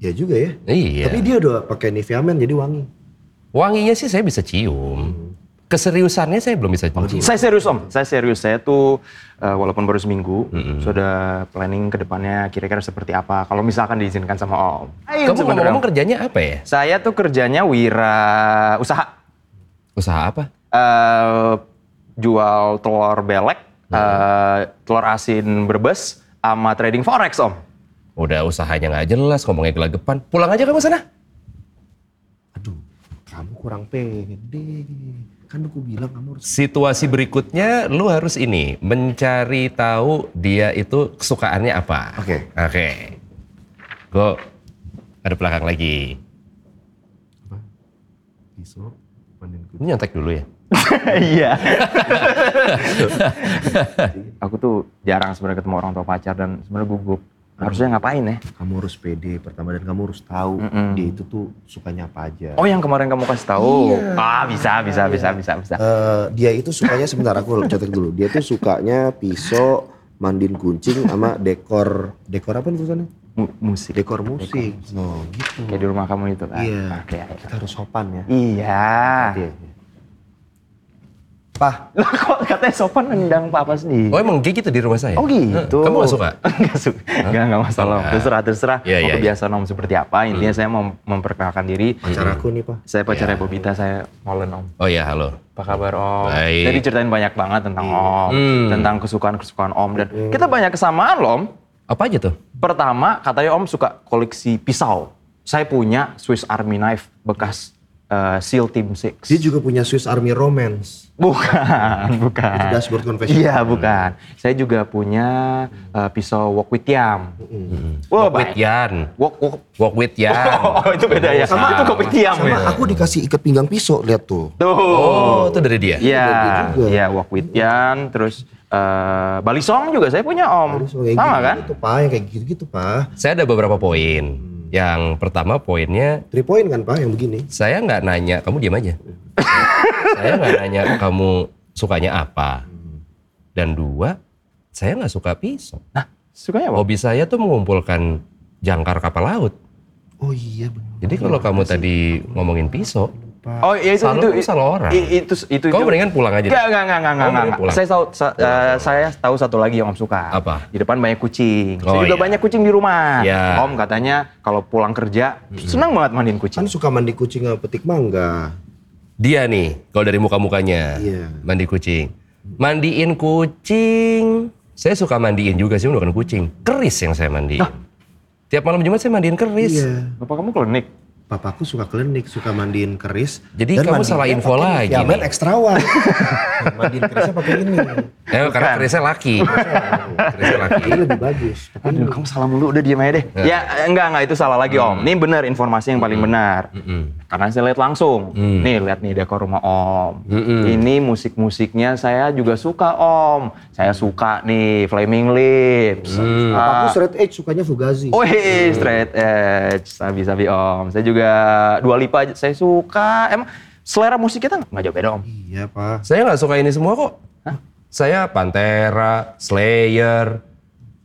Speaker 3: ya juga ya.
Speaker 2: Iya.
Speaker 3: Tapi dia udah pakai Nivea Men jadi wangi.
Speaker 2: Wanginya sih saya bisa cium. Keseriusannya saya belum bisa cium.
Speaker 1: Saya serius om, saya serius. Saya tuh eh, walaupun baru seminggu, sudah planning ke depannya kira-kira seperti apa. Kalau misalkan diizinkan sama om.
Speaker 2: Kamu
Speaker 1: Iya, Sebenarnya,
Speaker 2: ngomong-ngomong
Speaker 1: Om.
Speaker 2: kerjanya apa ya?
Speaker 1: Saya tuh kerjanya wira usaha.
Speaker 2: Usaha apa?
Speaker 1: eh jual telur belek, eh, telur asin berbes, sama trading forex om.
Speaker 2: Udah usahanya nggak jelas, ngomongnya gelagapan. Pulang aja kamu sana.
Speaker 3: Aduh, kamu kurang pede. Kan aku bilang kamu harus
Speaker 2: Situasi berikutnya lu harus ini, mencari tahu dia itu kesukaannya apa.
Speaker 3: Oke.
Speaker 2: Oke. Go. Ada belakang lagi.
Speaker 3: besok mandiin
Speaker 2: Ini nyontek dulu ya.
Speaker 1: Iya. Aku tuh jarang sebenarnya ketemu orang tua pacar dan sebenarnya gugup. Harusnya ngapain ya?
Speaker 3: Kamu harus pede pertama dan kamu harus tahu
Speaker 1: Mm-mm.
Speaker 3: dia itu tuh sukanya apa aja.
Speaker 1: Oh yang kemarin kamu kasih tahu.
Speaker 2: Iya.
Speaker 1: Ah bisa bisa bisa bisa bisa.
Speaker 3: Eh, dia itu sukanya sebentar aku catat dulu. Dia tuh sukanya pisau, mandin kuncing sama dekor dekor apa nih tulisannya?
Speaker 1: Mu- musik
Speaker 3: Dekor musik. Oh, gitu.
Speaker 1: kayak di rumah kamu itu kan.
Speaker 3: Iya.
Speaker 1: Oke, oke.
Speaker 3: Kita harus sopan ya.
Speaker 1: Iya.
Speaker 3: Iya. Pah,
Speaker 1: Lah kok katanya sopan nendang papa sendiri.
Speaker 2: Oh emang dia gitu di rumah saya?
Speaker 1: Oh gitu.
Speaker 2: Kamu nggak suka?
Speaker 1: Enggak suka. Enggak, enggak masalah. Om. Terserah, terserah. mau
Speaker 2: Iya, iya, Hmm.
Speaker 1: kebiasaan om seperti apa. Intinya saya mau memperkenalkan diri.
Speaker 3: pacar aku nih, Pah.
Speaker 1: Saya pacarnya
Speaker 2: Iya.
Speaker 1: Bobita, saya Molen om.
Speaker 2: Oh ya halo.
Speaker 1: Apa kabar om?
Speaker 2: Baik.
Speaker 1: Jadi ceritain banyak banget tentang om.
Speaker 2: Hmm.
Speaker 1: Tentang kesukaan-kesukaan om. Dan
Speaker 3: Hmm.
Speaker 1: kita banyak kesamaan loh om.
Speaker 2: Apa aja tuh?
Speaker 1: Pertama, katanya om suka koleksi pisau. Saya punya Swiss Army Knife bekas eh, SEAL Team 6.
Speaker 3: Dia juga punya Swiss Army Romance.
Speaker 1: Bukan, bukan.
Speaker 3: Itu dashboard confession. Hmm.
Speaker 1: Iya, bukan. Saya juga punya eh, pisau Wokwitiam.
Speaker 3: Hmm.
Speaker 1: Hmm. Wah,
Speaker 2: Walk
Speaker 1: baik.
Speaker 2: with Yan.
Speaker 1: Wok, wok.
Speaker 2: Walk with Yan.
Speaker 1: Oh, itu beda ya.
Speaker 2: Sama-
Speaker 1: itu Kopitiam
Speaker 3: Sama
Speaker 1: ya.
Speaker 3: aku dikasih ikat pinggang pisau, lihat tuh.
Speaker 1: Tuh.
Speaker 2: Oh, itu dari dia?
Speaker 1: Iya,
Speaker 3: juga.
Speaker 1: iya Wokwitiam, terus eh, Balisong juga saya punya Om.
Speaker 3: Terus kayak
Speaker 1: Sama
Speaker 3: gitu,
Speaker 1: kan?
Speaker 3: Gitu, Pah, yang kayak gitu-gitu, Pah.
Speaker 2: Saya ada beberapa poin. Yang pertama poinnya
Speaker 3: Three point kan, Pah, yang begini.
Speaker 2: saya nggak nanya, kamu diam aja. saya nggak nanya kamu sukanya apa. Dan dua, saya nggak suka pisau.
Speaker 1: Nah, Sukanya apa?
Speaker 2: Hobi saya tuh mengumpulkan jangkar kapal laut.
Speaker 3: Oh iya benar.
Speaker 2: Jadi kalau kamu tadi ngomongin pisau,
Speaker 1: Oh iya itu
Speaker 2: Salah-
Speaker 1: itu
Speaker 2: lu salah orang.
Speaker 1: i- itu itu
Speaker 2: kamu
Speaker 1: itu.
Speaker 2: mendingan pulang aja. deh.
Speaker 1: Enggak, enggak, enggak, enggak,
Speaker 2: Kamu
Speaker 1: enggak,
Speaker 2: mending pulang.
Speaker 1: Saya tahu, sa- eh, saya tahu satu lagi yang Om suka.
Speaker 2: Apa?
Speaker 1: Di depan banyak kucing. saya
Speaker 2: Oh,
Speaker 1: juga
Speaker 2: iya.
Speaker 1: banyak kucing di rumah.
Speaker 2: Iya. Hmm.
Speaker 1: Om katanya kalau pulang kerja senang banget mandiin kucing.
Speaker 3: Kan suka mandi kucing sama petik mangga.
Speaker 2: Dia nih, kalau dari muka-mukanya,
Speaker 3: Iya.
Speaker 2: mandi kucing. Mandiin kucing. Saya suka mandiin juga sih, bukan kucing. Keris yang saya mandiin. Tiap malam Jumat saya mandiin keris.
Speaker 3: Iya.
Speaker 1: Bapak kamu klinik?
Speaker 3: Papaku suka klinik, suka mandiin keris.
Speaker 2: Jadi kamu salah info lagi
Speaker 3: Ya,
Speaker 2: nih.
Speaker 3: ekstrawan. mandiin kerisnya pakai ini.
Speaker 2: Eh, karena kerisnya laki. kerisnya laki.
Speaker 3: Ini Iya. lebih bagus. Pakai
Speaker 1: Aduh,
Speaker 3: ini.
Speaker 1: kamu salah mulu, udah diem aja deh. Ya,
Speaker 2: Iya.
Speaker 1: eh, enggak, enggak, itu salah lagi
Speaker 2: Hmm.
Speaker 1: om. Ini benar informasi yang paling benar.
Speaker 2: Mm-mm.
Speaker 1: Karena saya lihat langsung.
Speaker 2: Hmm.
Speaker 1: Nih, lihat nih dekor rumah om.
Speaker 2: Mm-mm.
Speaker 1: Ini musik-musiknya saya juga suka om. Saya suka nih, Flaming Lips.
Speaker 2: Hmm.
Speaker 3: Papaku
Speaker 1: Ah,
Speaker 3: straight edge sukanya Fugazi.
Speaker 1: Oh hey, straight edge, sabi-sabi om. Saya juga Dua Lipa, aja, saya suka. Emang selera musik kita nggak jauh beda om.
Speaker 3: Iya, Pak.
Speaker 2: Saya nggak suka ini semua kok. Saya Pantera, Slayer.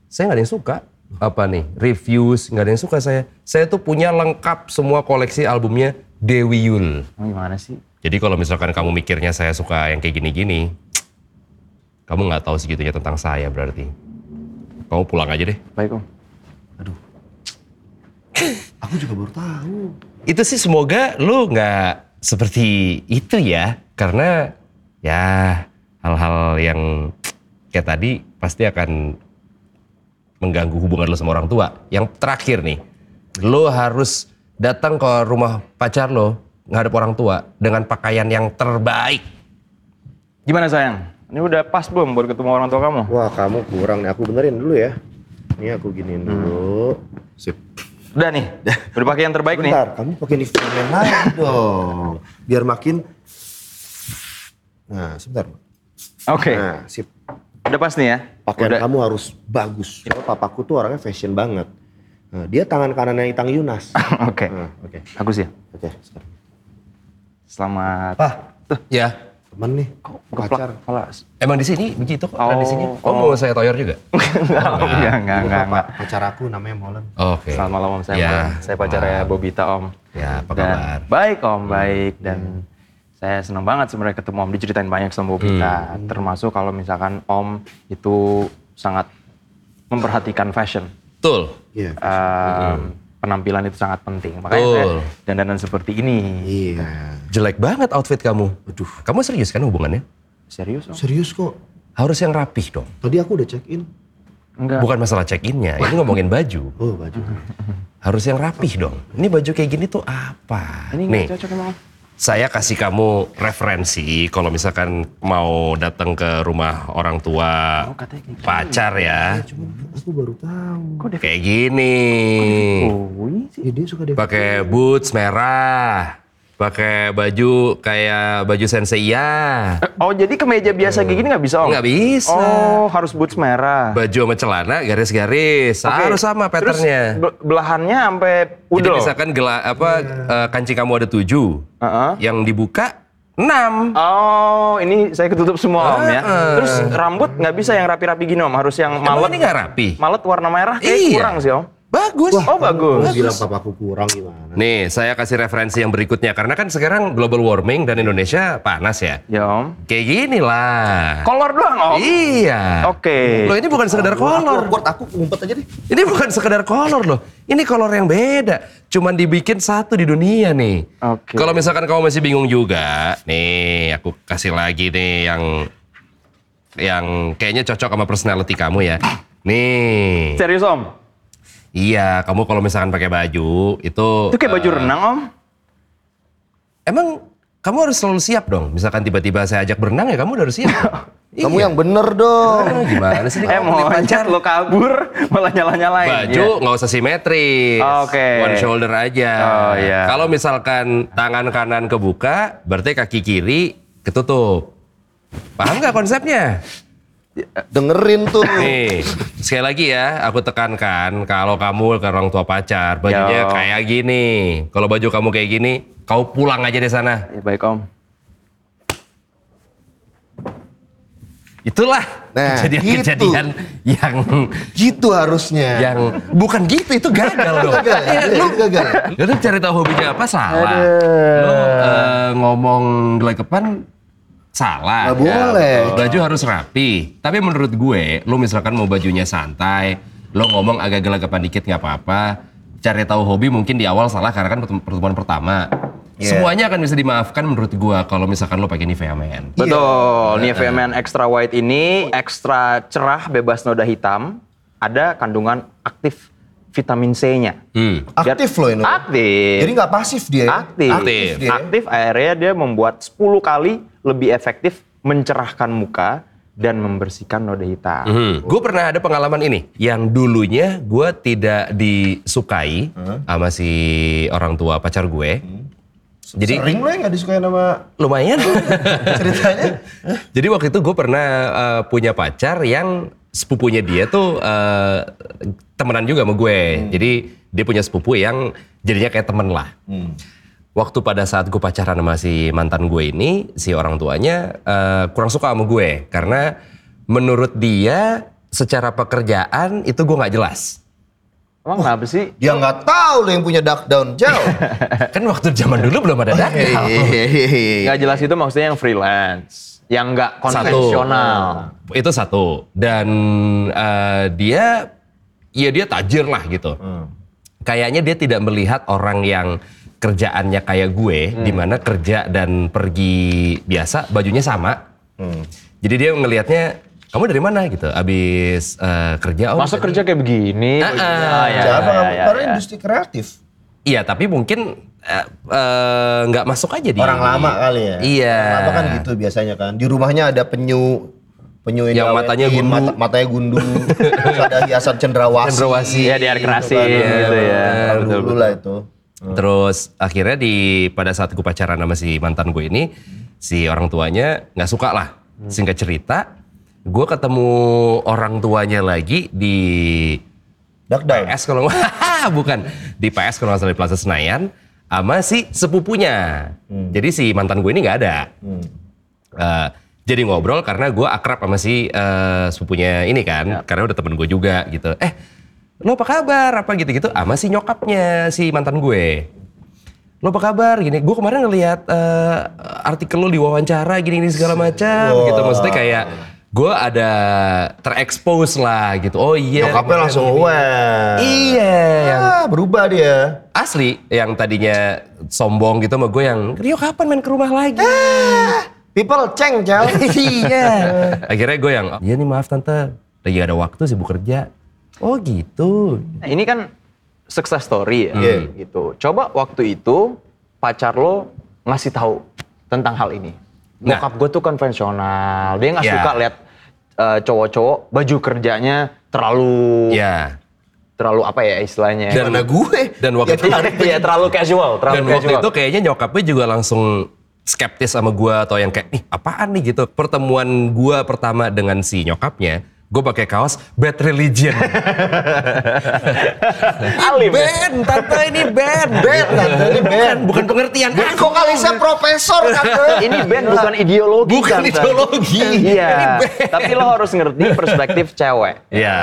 Speaker 2: Saya nggak ada yang suka. Apa nih? Reviews nggak ada yang suka saya. Saya tuh punya lengkap semua koleksi albumnya Dewi Yul.
Speaker 1: Emang gimana sih?
Speaker 2: Jadi kalau misalkan kamu mikirnya saya suka yang kayak gini-gini, kamu nggak tahu segitunya tentang saya berarti. Kamu pulang aja deh.
Speaker 1: Baik om.
Speaker 3: Aku juga baru tahu.
Speaker 2: Itu sih semoga lu nggak seperti itu ya, karena ya hal-hal yang kayak tadi pasti akan mengganggu hubungan lu sama orang tua. Yang terakhir nih, lu harus datang ke rumah pacar lo ngadep orang tua dengan pakaian yang terbaik.
Speaker 1: Gimana sayang? Ini udah pas belum buat ketemu orang tua kamu?
Speaker 3: Wah, kamu kurang nih. Aku benerin dulu ya. Ini aku
Speaker 2: Hmm.
Speaker 3: giniin dulu. Sip.
Speaker 1: Udah nih, udah pakai yang terbaik nih.
Speaker 3: Bentar, kamu pakai uniform yang lain dong. Biar makin Nah, sebentar. Mak.
Speaker 1: Oke,
Speaker 3: Nah, sip.
Speaker 1: udah pas nih ya.
Speaker 3: Pakaian
Speaker 1: udah.
Speaker 3: kamu harus bagus. Soalnya papaku tuh orangnya fashion banget. Nah, dia tangan kanannya Itang Yunas.
Speaker 1: Oke,
Speaker 3: Nah, Oke.
Speaker 1: bagus ya.
Speaker 3: Oke, sekarang.
Speaker 1: Selamat.
Speaker 3: Pah,
Speaker 2: Ya,
Speaker 3: temen nih, pacar.
Speaker 1: Kepala.
Speaker 2: Emang di sini begitu kok tradisinya?
Speaker 1: Oh,
Speaker 2: Oh,
Speaker 1: oh.
Speaker 2: mau saya toyor juga?
Speaker 1: Enggak, om. enggak, enggak,
Speaker 3: Bukan,
Speaker 1: enggak, enggak.
Speaker 3: Pak. Pacar aku namanya Molen.
Speaker 2: Oke.
Speaker 1: Selamat malam om, saya
Speaker 2: Ya,
Speaker 1: Malam. Saya pacarnya
Speaker 2: malam.
Speaker 1: Bobita om.
Speaker 2: Ya, apa
Speaker 1: Dan
Speaker 2: kabar? Hmm.
Speaker 1: Baik om, baik. Dan saya senang banget sebenarnya ketemu om, diceritain banyak sama
Speaker 2: Hmm.
Speaker 1: Bobita. Termasuk kalau misalkan om itu sangat memperhatikan fashion.
Speaker 2: Betul.
Speaker 3: Iya.
Speaker 1: Um, Penampilan itu sangat penting. Makanya saya
Speaker 2: Hmm. Betul.
Speaker 1: dandanan seperti ini.
Speaker 3: Iya.
Speaker 2: Jelek banget outfit kamu. Aduh. Kamu serius kan hubungannya?
Speaker 1: Serius om?
Speaker 3: Serius kok.
Speaker 2: Harus yang rapih dong.
Speaker 3: Tadi aku udah check in.
Speaker 1: Enggak.
Speaker 2: Bukan masalah check-innya, ini ngomongin baju.
Speaker 3: Oh, baju.
Speaker 2: Harus yang rapih dong. Ini baju kayak gini tuh apa?
Speaker 1: Ini
Speaker 2: Nih,
Speaker 1: nggak cocok sama om.
Speaker 2: saya kasih kamu referensi kalau misalkan mau datang ke rumah orang tua
Speaker 1: Oh, katanya kayak gitu.
Speaker 2: pacar ya.
Speaker 3: Cuman aku baru tahu.
Speaker 2: Kayak gini.
Speaker 1: Oh, ini sih.
Speaker 3: Ya, dia suka dia.
Speaker 2: pakai boots merah, pakai baju kayak baju senseiya,
Speaker 1: Oh jadi kemeja biasa kayak gini nggak bisa om?
Speaker 2: nggak bisa.
Speaker 1: Oh harus boots merah.
Speaker 2: Baju sama celana garis-garis,
Speaker 1: Oke.
Speaker 2: harus sama
Speaker 1: Terus
Speaker 2: patternnya.
Speaker 1: be- belahannya sampai
Speaker 2: Jadi
Speaker 1: udel.
Speaker 2: misalkan gela, apa
Speaker 1: Iya.
Speaker 2: eh, kancing kamu ada tujuh,
Speaker 1: Heeh.
Speaker 2: yang dibuka enam.
Speaker 1: Oh ini saya ketutup semua om ya.
Speaker 2: Heeh.
Speaker 1: Terus rambut nggak bisa yang rapi-rapi gini om, harus yang
Speaker 2: Ah. Emang ini
Speaker 1: malet.
Speaker 2: nggak rapi?
Speaker 1: Malet warna merah kayak
Speaker 2: Iya.
Speaker 1: kurang sih om.
Speaker 2: Bagus.
Speaker 1: Oh bagus.
Speaker 3: Kamu bilang papaku kurang gimana?
Speaker 2: Nih, saya kasih referensi yang berikutnya karena kan sekarang global warming dan Indonesia panas ya.
Speaker 1: Ya om.
Speaker 2: Kayak gini lah.
Speaker 1: Kolor doang om.
Speaker 2: Iya.
Speaker 1: Oke.
Speaker 2: Loh ini bukan sekedar kolor.
Speaker 3: Awkward, aku ngumpet aja deh.
Speaker 2: Ini bukan sekedar kolor loh. Ini kolor yang beda. Cuman dibikin satu di dunia nih.
Speaker 1: Oke.
Speaker 2: Kalau misalkan kamu masih bingung juga, nih aku kasih lagi nih yang yang kayaknya cocok sama personality kamu ya. Nih.
Speaker 1: Serius om?
Speaker 2: Iya, kamu kalau misalkan pakai baju itu
Speaker 1: Itu kayak baju
Speaker 2: eh,
Speaker 1: renang om?
Speaker 2: Emang kamu harus selalu siap dong. Misalkan tiba-tiba saya ajak berenang ya kamu udah harus siap. Iya.
Speaker 3: Kamu yang bener dong.
Speaker 2: Ah, gimana sih? ini
Speaker 1: Eh
Speaker 2: kamu beli
Speaker 1: mau
Speaker 2: pacar?
Speaker 1: lo kabur malah nyala-nyalain.
Speaker 2: Baju
Speaker 1: Iya. Oh,
Speaker 2: nggak usah simetris,
Speaker 1: Oke.
Speaker 2: one shoulder aja.
Speaker 1: Oh, iya.
Speaker 2: Kalau misalkan tangan kanan kebuka, berarti kaki kiri ketutup. Paham nggak konsepnya?
Speaker 3: Dengerin tuh.
Speaker 2: Nih, sekali lagi ya, aku tekankan kalau kamu ke orang tua pacar, bajunya
Speaker 1: Yo.
Speaker 2: kayak gini. Kalau baju kamu kayak gini, kau pulang aja di sana.
Speaker 1: Ya, baik om.
Speaker 2: Itulah
Speaker 3: Nah,
Speaker 2: kejadian-kejadian yang
Speaker 3: Gitu harusnya.
Speaker 2: yang bukan gitu itu gagal dong.
Speaker 3: Gagal,
Speaker 2: Iya, lu
Speaker 3: gagal, gagal.
Speaker 2: Lu cari tahu hobinya apa salah. Lu eh, ngomong gelagapan salah. ya.
Speaker 3: Nggak boleh.
Speaker 2: Baju harus rapi. Tapi menurut gue, lu misalkan mau bajunya santai, lu ngomong agak gelagapan dikit nggak apa-apa. Cari tahu hobi mungkin di awal salah karena kan pertem- pertemuan pertama.
Speaker 3: Iya.
Speaker 2: Semuanya akan bisa dimaafkan menurut gue kalau misalkan lu pakai Nivea Men.
Speaker 1: Betul.
Speaker 2: Eh.
Speaker 1: Nih Femen Extra White ini ekstra cerah bebas noda hitam, ada kandungan aktif vitamin C-nya.
Speaker 2: Hmm.
Speaker 3: aktif loh ini.
Speaker 1: Aktif.
Speaker 3: Jadi nggak pasif dia. ya?
Speaker 1: aktif.
Speaker 3: Aktif. dia. ya?
Speaker 1: Aktif akhirnya dia membuat 10 kali lebih efektif mencerahkan muka dan membersihkan noda hitam.
Speaker 2: Gue pernah ada pengalaman ini, yang dulunya gue tidak disukai sama si orang tua pacar gue. Jadi
Speaker 3: Sering lo yang nggak disukai nama
Speaker 2: lumayan.
Speaker 3: ceritanya.
Speaker 2: Jadi waktu itu gue pernah eh, punya pacar yang sepupunya dia tuh eh, temenan juga sama gue. Jadi dia punya sepupu yang jadinya kayak temen lah. Waktu pada saat gue pacaran sama si mantan gue ini, si orang tuanya eh, kurang suka sama gue karena menurut dia secara pekerjaan itu gue nggak jelas.
Speaker 1: Emang kenapa sih?
Speaker 3: Dia nggak tahu lo yang punya duck down jauh.
Speaker 2: Kan waktu zaman dulu belum ada
Speaker 3: Iya, Ya
Speaker 2: data.
Speaker 1: Gak jelas itu maksudnya yang freelance, yang nggak konvensional.
Speaker 2: Itu satu. Dan eh, dia, ya dia tajir lah gitu.
Speaker 3: Hmm.
Speaker 2: Kayaknya dia tidak melihat orang yang kerjaannya kayak gue,
Speaker 3: Hmm.
Speaker 2: di mana kerja dan pergi biasa bajunya sama.
Speaker 3: Hmm.
Speaker 2: Jadi dia ngelihatnya, kamu dari mana gitu? Abis eh, kerja? oh,
Speaker 1: Masa
Speaker 2: dari-
Speaker 1: kerja kayak begini?
Speaker 2: Ah, ah.
Speaker 1: Ah, ya, ya,
Speaker 3: Siapa kamu?
Speaker 1: ya,
Speaker 3: Karena
Speaker 1: ya.
Speaker 3: industri kreatif.
Speaker 2: Iya, tapi mungkin eh, eh, nggak masuk aja di
Speaker 3: Orang lama kali ya.
Speaker 2: Iya.
Speaker 3: Orang lama kan gitu biasanya kan. Di rumahnya ada penyu penyu
Speaker 2: Yang
Speaker 3: Indraweni,
Speaker 2: matanya gundu.
Speaker 3: mata- matanya gundu. Terus ada hiasan cendrawasih.
Speaker 2: Cendrawasih.
Speaker 1: Iya, di air kerasin gitu ya.
Speaker 3: Orang
Speaker 1: Betul,
Speaker 3: dulu lah itu.
Speaker 2: Terus akhirnya di pada saat gue pacaran sama si mantan gue ini, si orang tuanya nggak suka lah. Singkat cerita, gue ketemu orang tuanya lagi di
Speaker 3: Duck down.
Speaker 2: PS kalau nggak- Ah, bukan di PS kalau nggak salah di Plaza Senayan sama si sepupunya. Jadi si mantan gue ini nggak ada. Eh, jadi ngobrol karena gue akrab sama si eh, sepupunya ini kan, karena udah temen gue juga gitu. Eh, lo apa kabar? Apa gitu-gitu? Sama si nyokapnya si mantan gue. Lo apa kabar? Gini, gue kemarin ngelihat eh, artikel lo di wawancara gini-gini segala macam gitu. Maksudnya kayak gue ada terekspos lah gitu. Oh iya.
Speaker 3: Nyokapnya
Speaker 2: kemarin
Speaker 3: langsung
Speaker 2: gini.
Speaker 3: aware.
Speaker 2: Iya, yang
Speaker 3: Ah, berubah dia.
Speaker 2: asli yang tadinya sombong gitu sama gue yang Rio kapan main ke rumah lagi? Ah.
Speaker 3: People ceng, Jal.
Speaker 2: iya. Akhirnya gue yang iya nih maaf tante lagi ada waktu sibuk kerja. Oh gitu.
Speaker 1: Nah, ini kan success story ya,
Speaker 3: Iya.
Speaker 1: gitu. Coba waktu itu pacar lo ngasih tahu tentang hal ini.
Speaker 2: Nah.
Speaker 1: Bokap gue tuh konvensional, dia nggak
Speaker 2: Iya.
Speaker 1: suka lihat eh, cowok-cowok baju kerjanya terlalu
Speaker 2: Ya.
Speaker 1: terlalu apa ya istilahnya?
Speaker 2: Dan-
Speaker 3: Mana gue?
Speaker 2: dan waktu
Speaker 3: Ya,
Speaker 2: itu-
Speaker 3: kan.
Speaker 1: Iya terlalu casual, terlalu
Speaker 2: Dan waktu
Speaker 1: casual.
Speaker 2: itu kayaknya nyokapnya juga langsung skeptis sama gue atau yang kayak ih apaan nih gitu. Pertemuan gue pertama dengan si nyokapnya, gue pakai kaos Bad Religion.
Speaker 1: Alim ya?
Speaker 2: band, tante ini band.
Speaker 3: Ben, tante, kan? ini Ben.
Speaker 2: Bukan, bukan pengertian. aku.
Speaker 3: Kok kali saya profesor, Tante?
Speaker 1: Ini band bukan ideologi
Speaker 2: Bukan
Speaker 1: Tante.
Speaker 2: ideologi. Ini
Speaker 1: Iya.
Speaker 2: band.
Speaker 1: Tapi lo harus ngerti perspektif cewek.
Speaker 2: Iya.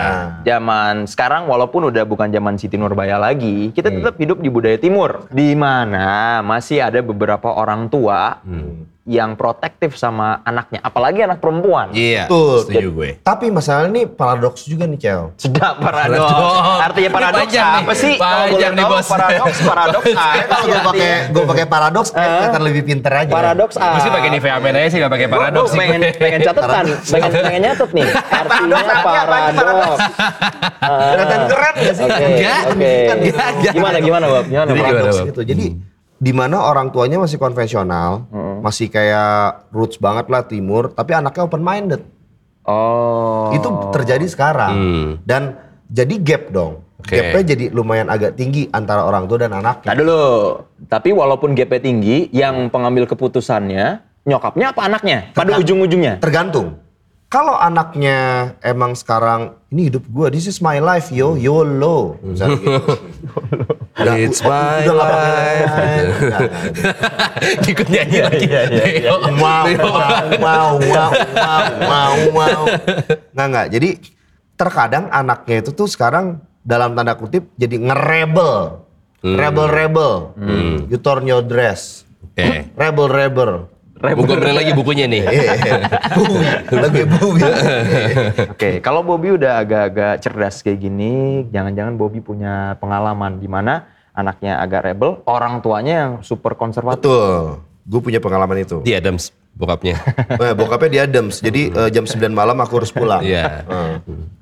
Speaker 1: Zaman sekarang walaupun udah bukan zaman Siti Nurbaya lagi,
Speaker 2: Hmm.
Speaker 1: kita tetap hidup di budaya timur di mana masih ada beberapa orang tua
Speaker 2: Hmm.
Speaker 1: yang protektif sama anaknya, apalagi anak perempuan.
Speaker 2: Iya.
Speaker 3: Betul.
Speaker 2: Setuju gue.
Speaker 3: Tapi masalah ini paradoks juga nih, Cel.
Speaker 1: Sedap paradoks.
Speaker 2: Paradoks.
Speaker 1: Artinya
Speaker 2: Ini
Speaker 1: paradoks
Speaker 2: panjang
Speaker 1: apa
Speaker 2: nih.
Speaker 1: sih? Kalau boleh
Speaker 2: Panjang nih,
Speaker 1: tahu,
Speaker 2: Bos.
Speaker 1: paradoks, paradoks.
Speaker 3: Kayak kalau gue pakai gue pakai paradoks, kayak akan lebih pinter aja.
Speaker 1: iya. Eh, paradoks
Speaker 2: Gue sih
Speaker 1: apa?
Speaker 2: pakai Nivea Men aja sih gak pakai
Speaker 1: Paradoks
Speaker 2: paradoks sih
Speaker 1: pengen,
Speaker 2: gue.
Speaker 1: pengen catatan, pengen, pengen nyatet nih. Artinya paradoks. Ah.
Speaker 3: Kelihatan keren gak sih?
Speaker 1: Oke,
Speaker 2: Enggak,
Speaker 1: oke.
Speaker 2: enggak, enggak.
Speaker 1: Gimana, gimana Bob? Gimana Bob?
Speaker 2: Jadi gimana, Hmm.
Speaker 3: Paradoks
Speaker 2: Bob?
Speaker 3: gitu. Jadi di mana orang tuanya masih konvensional,
Speaker 1: Hmm.
Speaker 3: masih kayak roots banget lah timur, tapi anaknya open minded.
Speaker 1: Oh.
Speaker 3: Itu terjadi sekarang.
Speaker 2: Hmm.
Speaker 3: Dan jadi gap dong.
Speaker 2: Oke.
Speaker 3: Gapnya jadi lumayan agak tinggi antara orang tua dan anaknya.
Speaker 1: Nah dulu, tapi walaupun GP tinggi, yang pengambil keputusannya nyokapnya apa anaknya? Pada ujung-ujungnya.
Speaker 3: Tergantung. Kalau anaknya emang sekarang ini hidup gua, this is my life yo, YOLO. Misalnya gitu. Udah-
Speaker 2: It's
Speaker 3: udah-
Speaker 2: my
Speaker 3: udah nggak pakai
Speaker 2: life.
Speaker 3: lain.
Speaker 2: Ikut nyanyi lagi.
Speaker 1: iya, iya,
Speaker 2: Leo.
Speaker 3: mau
Speaker 2: Leo.
Speaker 3: mau mau mau mau mau nggak nggak jadi terkadang anaknya itu tuh sekarang dalam tanda kutip jadi ngerebel rebel rebel you torn your dress
Speaker 2: Oke.
Speaker 3: rebel rebel
Speaker 2: Buku beli Eh, lagi bukunya nih.
Speaker 3: Bumi, lagi bumi.
Speaker 1: Oke, kalau Bobby udah agak-agak cerdas kayak gini, jangan-jangan Bobby punya pengalaman di mana anaknya agak rebel, orang tuanya yang super konservatif.
Speaker 3: Betul. Gue punya pengalaman itu.
Speaker 2: Di Adams bokapnya.
Speaker 3: Eh, bokapnya di Adams. Jadi eh, jam 9 malam aku harus pulang.
Speaker 2: Iya.
Speaker 3: Eh,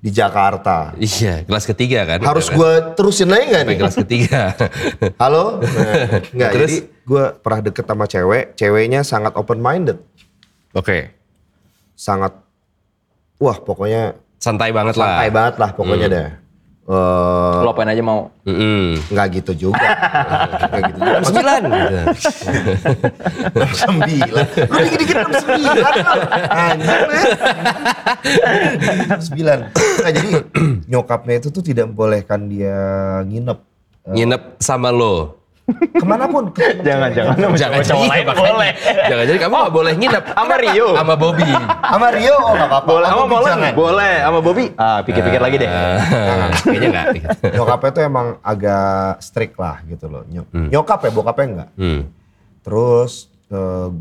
Speaker 3: di Jakarta.
Speaker 2: Iya, kelas ketiga kan. Udah
Speaker 3: Harus
Speaker 2: kan?
Speaker 3: gue terusin lagi gak
Speaker 2: Sampai
Speaker 3: nih?
Speaker 2: kelas ketiga.
Speaker 3: Halo? Nah, enggak,
Speaker 2: Terus?
Speaker 3: jadi gue pernah deket sama cewek. Ceweknya sangat open minded.
Speaker 2: Oke.
Speaker 3: Sangat, wah pokoknya
Speaker 2: Santai banget lah.
Speaker 3: santai banget lah pokoknya
Speaker 1: Hmm.
Speaker 3: deh. Eh,
Speaker 1: Lo apain aja mau.
Speaker 2: Mm-mm.
Speaker 3: nggak gitu juga. Nggak gitu juga.
Speaker 2: Jam Sembilan. Gitu.
Speaker 3: sembilan. Lu dikit-dikit enam sembilan. Anjing men. Enam sembilan. Nah jadi nyokapnya itu tuh tidak membolehkan dia nginep.
Speaker 2: Nginep sama lo.
Speaker 3: Kemanapun. ke temen
Speaker 1: Jangan-jangan sama
Speaker 3: ceweknya.
Speaker 1: cowok-cowok
Speaker 2: jadi-
Speaker 1: lain boleh.
Speaker 2: Jangan jadi kamu gak boleh nginep
Speaker 1: Sama Rio.
Speaker 2: sama Bobby.
Speaker 3: Sama Rio oh gak apa-apa.
Speaker 1: Boleh sama
Speaker 3: Sama
Speaker 1: Molen?
Speaker 3: jangan.
Speaker 1: Boleh sama Bobby? Ah, pikir-pikir lagi deh.
Speaker 2: Ah, Kayaknya enggak.
Speaker 3: Nyokapnya tuh emang agak strict lah gitu loh. Nyok- Nyokap ya bokapnya enggak.
Speaker 2: Hmm.
Speaker 3: Terus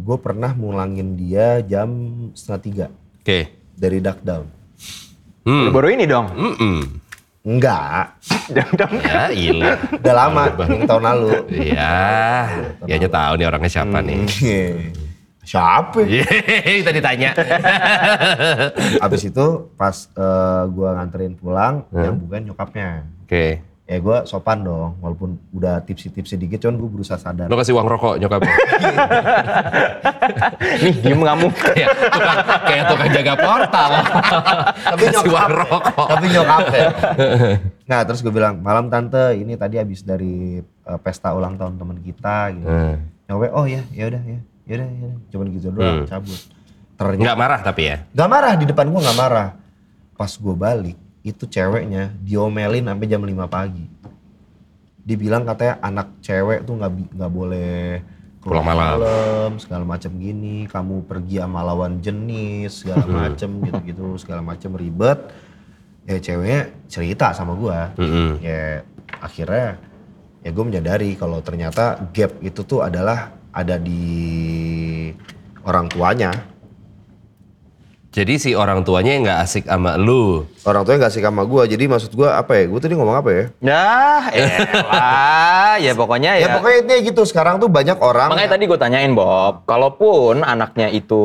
Speaker 3: gue pernah mulangin dia jam setengah tiga
Speaker 2: Oke.
Speaker 3: dari duck down.
Speaker 2: Hmm.
Speaker 1: Baru ini dong.
Speaker 2: Mm-mm.
Speaker 3: Enggak,
Speaker 1: Jangan-jangan.
Speaker 2: Ya gila.
Speaker 3: udah lama, ini tahun lalu.
Speaker 2: Iya. Kayaknya tahu nih orangnya siapa nih.
Speaker 3: Iya. Siapa?
Speaker 2: Iya.
Speaker 1: Hmm.
Speaker 2: Yeay, tadi tanya.
Speaker 3: Abis itu pas eh, gua nganterin pulang, yang bukan nyokapnya.
Speaker 2: Oke.
Speaker 3: Ya gua sopan dong, walaupun udah tipsi-tipsi dikit, cuman gue berusaha sadar.
Speaker 2: Lo kasih uang rokok nyokapnya.
Speaker 1: Nih, diem ngamuk.
Speaker 2: kayak tukang, kayak tukang jaga portal.
Speaker 3: Tapi
Speaker 2: kasih uang
Speaker 3: nyokap,
Speaker 2: rokok.
Speaker 3: tapi nyokap ya. Nah terus gue bilang, malam tante ini tadi abis dari eh, pesta ulang tahun temen kita gitu.
Speaker 2: Hmm.
Speaker 3: Nyokapnya, oh ya, ya udah ya, ya udah ya. udah." Cuman gitu doang, cabut. Ternyata
Speaker 2: Enggak marah tapi ya.
Speaker 3: Gak marah di depan gua gak marah. Pas gua balik, itu ceweknya diomelin sampai jam 5 pagi. Dibilang katanya anak cewek tuh nggak bi- nggak boleh
Speaker 2: Pulang malam.
Speaker 3: segala macam gini. Kamu pergi sama lawan jenis, segala
Speaker 2: Hmm.
Speaker 3: macem gitu-gitu, segala macem ribet. Ya ceweknya cerita sama gua.
Speaker 2: Mm-mm.
Speaker 3: Ya akhirnya ya gue menyadari kalau ternyata gap itu tuh adalah ada di orang tuanya.
Speaker 2: Jadi si orang tuanya yang nggak asik sama lu.
Speaker 3: orang tuanya nggak asik sama gue jadi maksud gue apa ya gue tadi ngomong apa ya
Speaker 1: Ya, elah. Ya pokoknya
Speaker 3: ya,
Speaker 1: ya.
Speaker 3: pokoknya intinya gitu sekarang tuh banyak orang
Speaker 1: Makanya tadi gue tanyain Bob, kalaupun anaknya itu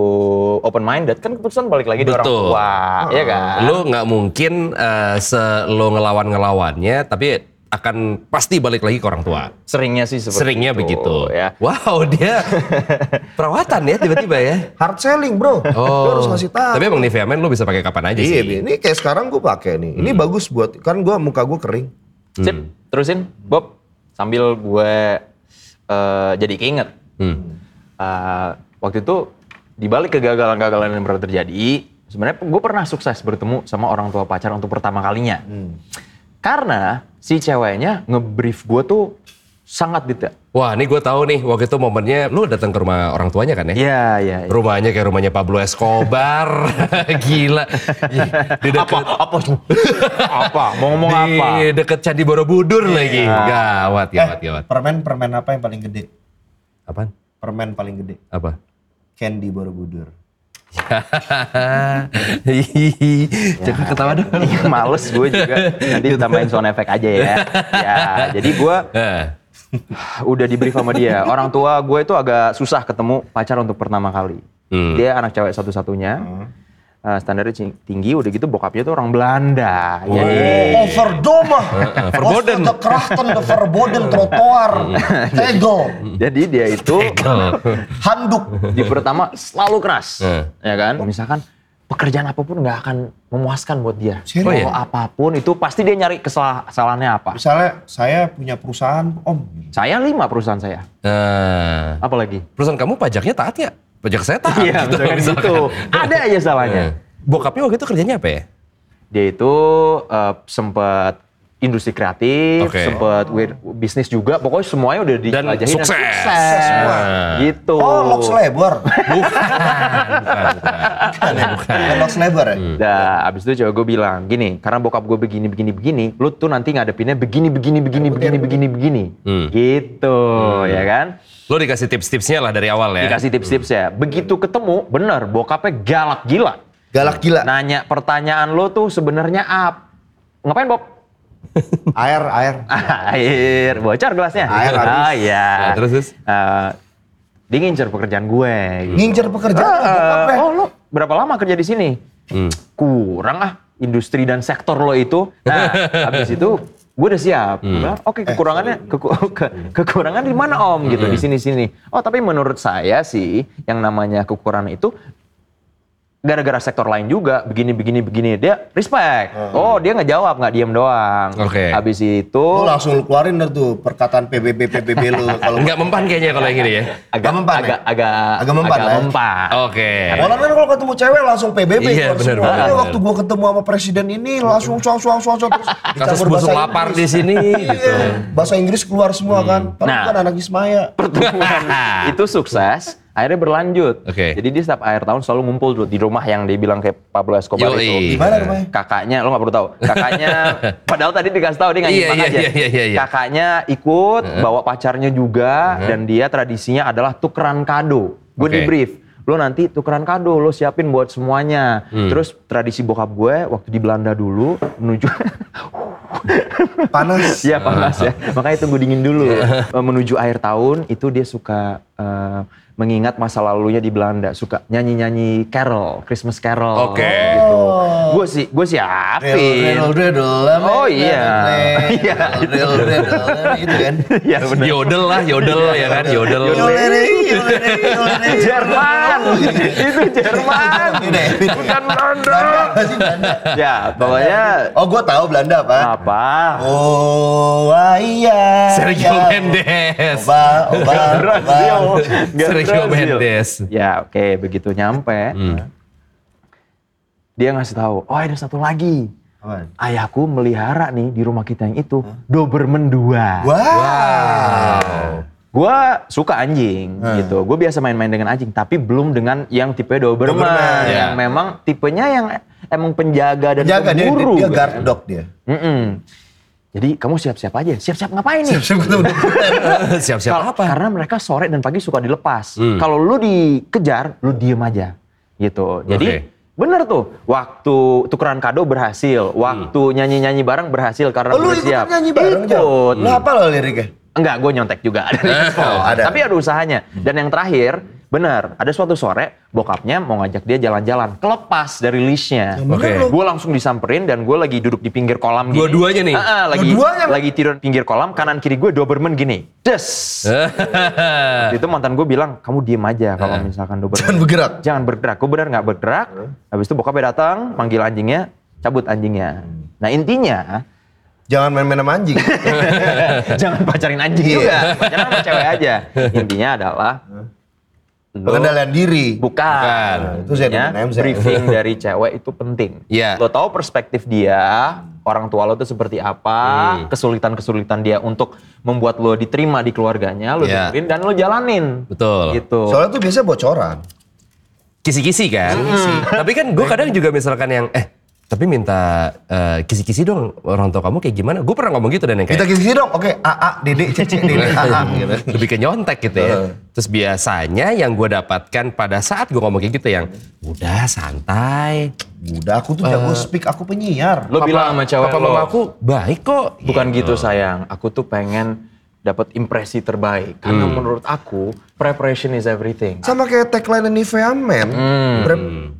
Speaker 1: open minded, kan keputusan balik lagi di orang
Speaker 2: Betul. Ah.
Speaker 1: tua, ya kan?
Speaker 2: Lu nggak mungkin eh, se lo ngelawan ngelawannya, tapi akan pasti balik lagi ke orang tua.
Speaker 1: Seringnya sih seperti itu,
Speaker 2: Seringnya begitu.
Speaker 1: Ya.
Speaker 2: Wow dia perawatan ya tiba-tiba ya. Oh.
Speaker 3: hard selling bro Lu harus ngasih tahu
Speaker 2: Tapi emang Niviamen lu bisa pakai kapan aja sih.
Speaker 3: iya Bi. ini kayak sekarang gue pakai nih ini bagus buat kan gue muka gue kering
Speaker 2: Hmm.
Speaker 1: Sip, terusin Bob sambil gue eh, jadi keinget.
Speaker 2: Hmm.
Speaker 1: Eh, waktu itu dibalik kegagalan-kegagalan yang pernah terjadi, sebenarnya gue pernah sukses bertemu sama orang tua pacar untuk pertama kalinya.
Speaker 2: Hmm.
Speaker 1: Karena si ceweknya ngebrief gue tuh sangat detail.
Speaker 2: Wah ini gue tahu nih waktu itu momennya lu datang ke rumah orang tuanya kan ya?
Speaker 1: Iya, iya. iya.
Speaker 2: Rumahnya kayak rumahnya Pablo Escobar, gila. Ih, Di
Speaker 1: Apa?
Speaker 2: deket,
Speaker 1: Apa? apa? Mau ngomong apa? Iya.
Speaker 2: di deket Candi Borobudur lagi. Gawat, gawat, gawat.
Speaker 3: permen permen apa yang paling gede
Speaker 2: Apaan?
Speaker 3: permen paling gede
Speaker 2: Apa?
Speaker 3: candy borobudur
Speaker 2: Hihihi. Jangan ketawa dong.
Speaker 1: Iya, males gue juga. Nanti tambahin sound effect aja ya. Ya, jadi gue
Speaker 2: Eh,
Speaker 1: udah di brief sama dia. Orang tua gue itu agak susah ketemu pacar untuk pertama kali.
Speaker 2: Hmm.
Speaker 1: Dia anak cewek satu-satunya. Eh, standarnya cing- tinggi, udah gitu bokapnya tuh orang Belanda. Jadi
Speaker 3: Oh, Verdoma. eh,
Speaker 2: Verboden.
Speaker 3: Oosterse Krachten, de Verboden, trotoar, tegel,
Speaker 1: jadi dia itu
Speaker 2: oh.
Speaker 3: handuk.
Speaker 1: di pertama selalu keras,
Speaker 2: Eh.
Speaker 1: ya kan? Misalkan pekerjaan apapun nggak akan memuaskan buat dia.
Speaker 3: Serius?
Speaker 1: Kalau apapun itu pasti dia nyari kesalah- kesalahannya apa.
Speaker 3: Misalnya saya punya perusahaan, om.
Speaker 1: Saya lima perusahaan saya.
Speaker 2: eh,
Speaker 1: Apalagi?
Speaker 2: perusahaan kamu pajaknya taat ya? Pajak saya taat.
Speaker 1: Iya, misalkan gitu. Ada
Speaker 2: Iya.
Speaker 1: aja salahnya.
Speaker 2: Eh, Bokapnya waktu itu kerjanya apa ya?
Speaker 1: Dia itu eh, sempat industri kreatif,
Speaker 2: Oke.
Speaker 1: sempet wir- bisnis juga, pokoknya semuanya udah
Speaker 2: Dan
Speaker 1: dijelajahi
Speaker 2: sukses.
Speaker 3: semua.
Speaker 2: Nah,
Speaker 1: Gitu.
Speaker 3: Oh, Lox Labor.
Speaker 2: bukan, bukan.
Speaker 3: Bukan Lox Labor ya?
Speaker 1: Nah, abis itu cowok gue bilang, gini, karena bokap gue begini, begini, begini, lu tuh nanti ngadepinnya begini, begini, begini, begini, begini, begini.
Speaker 2: Hmm.
Speaker 1: Gitu, ya kan?
Speaker 2: Lo dikasih tips-tipsnya lah dari awal ya.
Speaker 1: Dikasih tips-tips ya. Begitu ketemu, bener, bokapnya galak gila.
Speaker 3: Galak gila.
Speaker 1: Nanya pertanyaan lu tuh sebenarnya apa? Ngapain, Bob?
Speaker 3: Air, air.
Speaker 1: Air, bocor gelasnya.
Speaker 3: Air habis.
Speaker 1: Oh iya.
Speaker 2: Ya, terus, terus?
Speaker 1: Eh, dia ngincer pekerjaan gue. gitu.
Speaker 3: Ngincer pekerjaan. bokap,
Speaker 1: Eh,
Speaker 3: eh.
Speaker 1: oh lo berapa lama kerja di sini?
Speaker 2: Hmm.
Speaker 1: Kurang ah industri dan sektor lo itu. Nah, habis itu gue udah siap. Gua bilang, Oke, kekurangannya keku- ke- kekurangan di mana Om gitu di sini-sini. Oh, tapi menurut saya sih yang namanya kekurangan itu gara-gara sektor lain juga begini begini begini dia respect. Oh, dia ngejawab nggak diem doang.
Speaker 2: Oke.
Speaker 1: Habis itu
Speaker 3: Lu langsung lu keluarin dah tuh perkataan PBB PBB lu kalau
Speaker 2: Nggak mempan kayaknya kalau yang gini ya.
Speaker 1: agak
Speaker 3: mempan,
Speaker 1: agak
Speaker 3: ya?
Speaker 1: agak
Speaker 3: Agak mempan, ya?
Speaker 1: mempan.
Speaker 2: Oke.
Speaker 3: Orang kan kalau ketemu cewek langsung PBB.
Speaker 2: Iya,
Speaker 3: keluar
Speaker 2: benar,
Speaker 3: semua.
Speaker 2: benar,
Speaker 3: Ini
Speaker 2: benar.
Speaker 3: waktu gua ketemu sama presiden ini langsung suang suang suang suang terus
Speaker 2: Kasus
Speaker 3: dicampur
Speaker 2: busuk
Speaker 3: bahasa
Speaker 2: lapar di
Speaker 3: Inggris.
Speaker 2: sini gitu.
Speaker 3: Iya, bahasa Inggris keluar semua kan. Padahal
Speaker 1: Nah.
Speaker 3: kan anak Ismaya.
Speaker 1: pertemuan itu sukses, akhirnya berlanjut.
Speaker 2: Oke.
Speaker 1: Jadi dia setiap akhir tahun selalu ngumpul tuh di rumah yang dibilang kayak Pablo Escobar
Speaker 2: Yoi.
Speaker 1: itu.
Speaker 3: Di mana rumahnya?
Speaker 1: Kakaknya, lo gak perlu tahu. Kakaknya, padahal tadi dikasih tahu dia nggak
Speaker 2: Iya,
Speaker 1: nyimpan
Speaker 2: iya,
Speaker 1: aja.
Speaker 2: iya, iya, iya, iya.
Speaker 1: Kakaknya ikut, bawa pacarnya juga, dan dia tradisinya adalah tukeran kado. Gue
Speaker 2: Oke.
Speaker 1: di brief, lo nanti tukeran kado, lo siapin buat semuanya.
Speaker 2: Hmm.
Speaker 1: Terus tradisi bokap gue waktu di Belanda dulu menuju
Speaker 3: Panas.
Speaker 1: Iya panas ya. Makanya tunggu dingin dulu.
Speaker 3: Iya.
Speaker 1: Eh, Menuju akhir tahun itu dia suka eh, mengingat masa lalunya di Belanda. Suka nyanyi-nyanyi carol, Christmas carol.
Speaker 2: Oke.
Speaker 1: Gitu. Gue sih, gue siapin.
Speaker 3: Riddle, riddle,
Speaker 1: Oh, iya. Iya.
Speaker 3: Riddle, riddle, gitu kan.
Speaker 1: Iya benar.
Speaker 2: Yodel lah, yodel ya kan, yodel.
Speaker 3: Yolerei, yolerei, yolerei.
Speaker 1: Jerman, itu Jerman,
Speaker 3: Ini, ini.
Speaker 1: bukan Belanda.
Speaker 3: Belanda apa sih Belanda?
Speaker 1: Ya, pokoknya
Speaker 3: Oh, gua tahu Belanda apa.
Speaker 1: apa?
Speaker 3: Oh, ah, iya.
Speaker 2: Sergio
Speaker 3: iya.
Speaker 2: Mendes.
Speaker 3: Oba, oba, oba.
Speaker 1: Brazil, nggak
Speaker 2: Sergio
Speaker 1: Brazil.
Speaker 2: Mendes.
Speaker 1: Ya, oke, begitu nyampe,
Speaker 3: Hmm.
Speaker 1: dia ngasih tahu, oh ada satu lagi.
Speaker 3: Apaan?
Speaker 1: ayahku melihara nih di rumah kita yang itu Doberman 2. Gua,
Speaker 3: Wow.
Speaker 1: suka anjing
Speaker 3: Hmm.
Speaker 1: gitu. Gue biasa main-main dengan anjing, tapi belum dengan yang tipe Doberman,
Speaker 3: Doberman,
Speaker 1: yang
Speaker 2: ya.
Speaker 1: memang tipenya yang emang penjaga dan
Speaker 3: Jaga dia,
Speaker 1: pemburu.
Speaker 3: dia guard dog dia.
Speaker 1: Mm-mm. Jadi kamu siap-siap aja. Siap-siap ngapain nih?
Speaker 2: Siap-siap
Speaker 1: Kalau-
Speaker 2: apa?
Speaker 1: Karena mereka sore dan pagi suka dilepas.
Speaker 2: Hmm.
Speaker 1: Kalau lu dikejar, lu diem aja. Gitu. Jadi
Speaker 2: Oke.
Speaker 1: bener tuh. Waktu tukeran kado berhasil. Waktu
Speaker 2: Hmm.
Speaker 1: nyanyi-nyanyi bareng berhasil karena
Speaker 3: Oh, lu
Speaker 1: udah
Speaker 3: ikut
Speaker 1: siap.
Speaker 3: nyanyi bareng, Jam?
Speaker 1: Ikut. Hmm.
Speaker 3: Lu apa lo liriknya?
Speaker 1: Enggak, gue nyontek juga. Ada respon.
Speaker 3: Oh, ada.
Speaker 1: Tapi ada usahanya.
Speaker 2: Hmm.
Speaker 1: Dan yang terakhir, bener. Ada suatu sore, bokapnya mau ngajak dia jalan-jalan. Kelepas dari leashnya.
Speaker 3: Yang Ya bener
Speaker 2: Oke.
Speaker 3: lu.
Speaker 1: Gue langsung disamperin dan gue lagi duduk di pinggir kolam gini.
Speaker 2: Dua-duanya nih?
Speaker 1: Ah, ah, lagi,
Speaker 3: Dua-duanya?
Speaker 1: lagi tidur di pinggir kolam, kanan kiri gue Doberman gini. Des!
Speaker 2: Eh.
Speaker 1: Waktu itu mantan gue bilang, kamu diem aja
Speaker 2: Eh.
Speaker 1: kalau misalkan Doberman.
Speaker 3: Jangan bergerak.
Speaker 1: Jangan bergerak. Gue benar nggak bergerak. Habis itu bokapnya datang, manggil anjingnya, cabut anjingnya. Nah intinya,
Speaker 3: Jangan main-main sama anjing.
Speaker 1: jangan pacarin anjing
Speaker 2: Iya.
Speaker 1: juga. Pacaran sama cewek aja. Intinya adalah, lo-
Speaker 3: Pengendalian diri.
Speaker 1: Bukan.
Speaker 3: Itu Zed
Speaker 1: Intinya,
Speaker 3: dengan M, Zed.
Speaker 1: briefing dari cewek itu penting.
Speaker 2: Iya.
Speaker 1: Lo tahu perspektif dia, orang tua lo tuh seperti apa,
Speaker 2: Hmm.
Speaker 1: kesulitan-kesulitan dia untuk membuat lo diterima di keluarganya, lo
Speaker 2: Iya.
Speaker 1: dengerin dan lo jalanin.
Speaker 2: Betul.
Speaker 1: Gitu.
Speaker 3: Soalnya tuh biasanya bocoran.
Speaker 2: Kisi-kisi kan.
Speaker 1: Hmm.
Speaker 2: Tapi kan gue kadang juga misalkan yang eh tapi minta eh, kisi-kisi dong orang tua kamu kayak gimana? Gue pernah ngomong gitu dan yang kayak
Speaker 3: Kita kisi dong. Oke, A A D D C C D D A A gitu.
Speaker 2: lebih ke nyontek gitu ya.
Speaker 1: Hmm.
Speaker 2: Terus biasanya yang gue dapatkan pada saat gue ngomong kayak gitu yang udah santai.
Speaker 3: Udah aku tuh jago speak, aku penyiar.
Speaker 1: Lo bilang sama cewek
Speaker 2: Papa
Speaker 1: lo,
Speaker 2: mama aku Hmm. baik kok.
Speaker 1: bukan gitu sayang, aku tuh pengen dapat impresi terbaik. Karena
Speaker 2: Hmm.
Speaker 1: menurut aku, preparation is everything.
Speaker 3: Sama kayak tagline Nivea Men. Bre-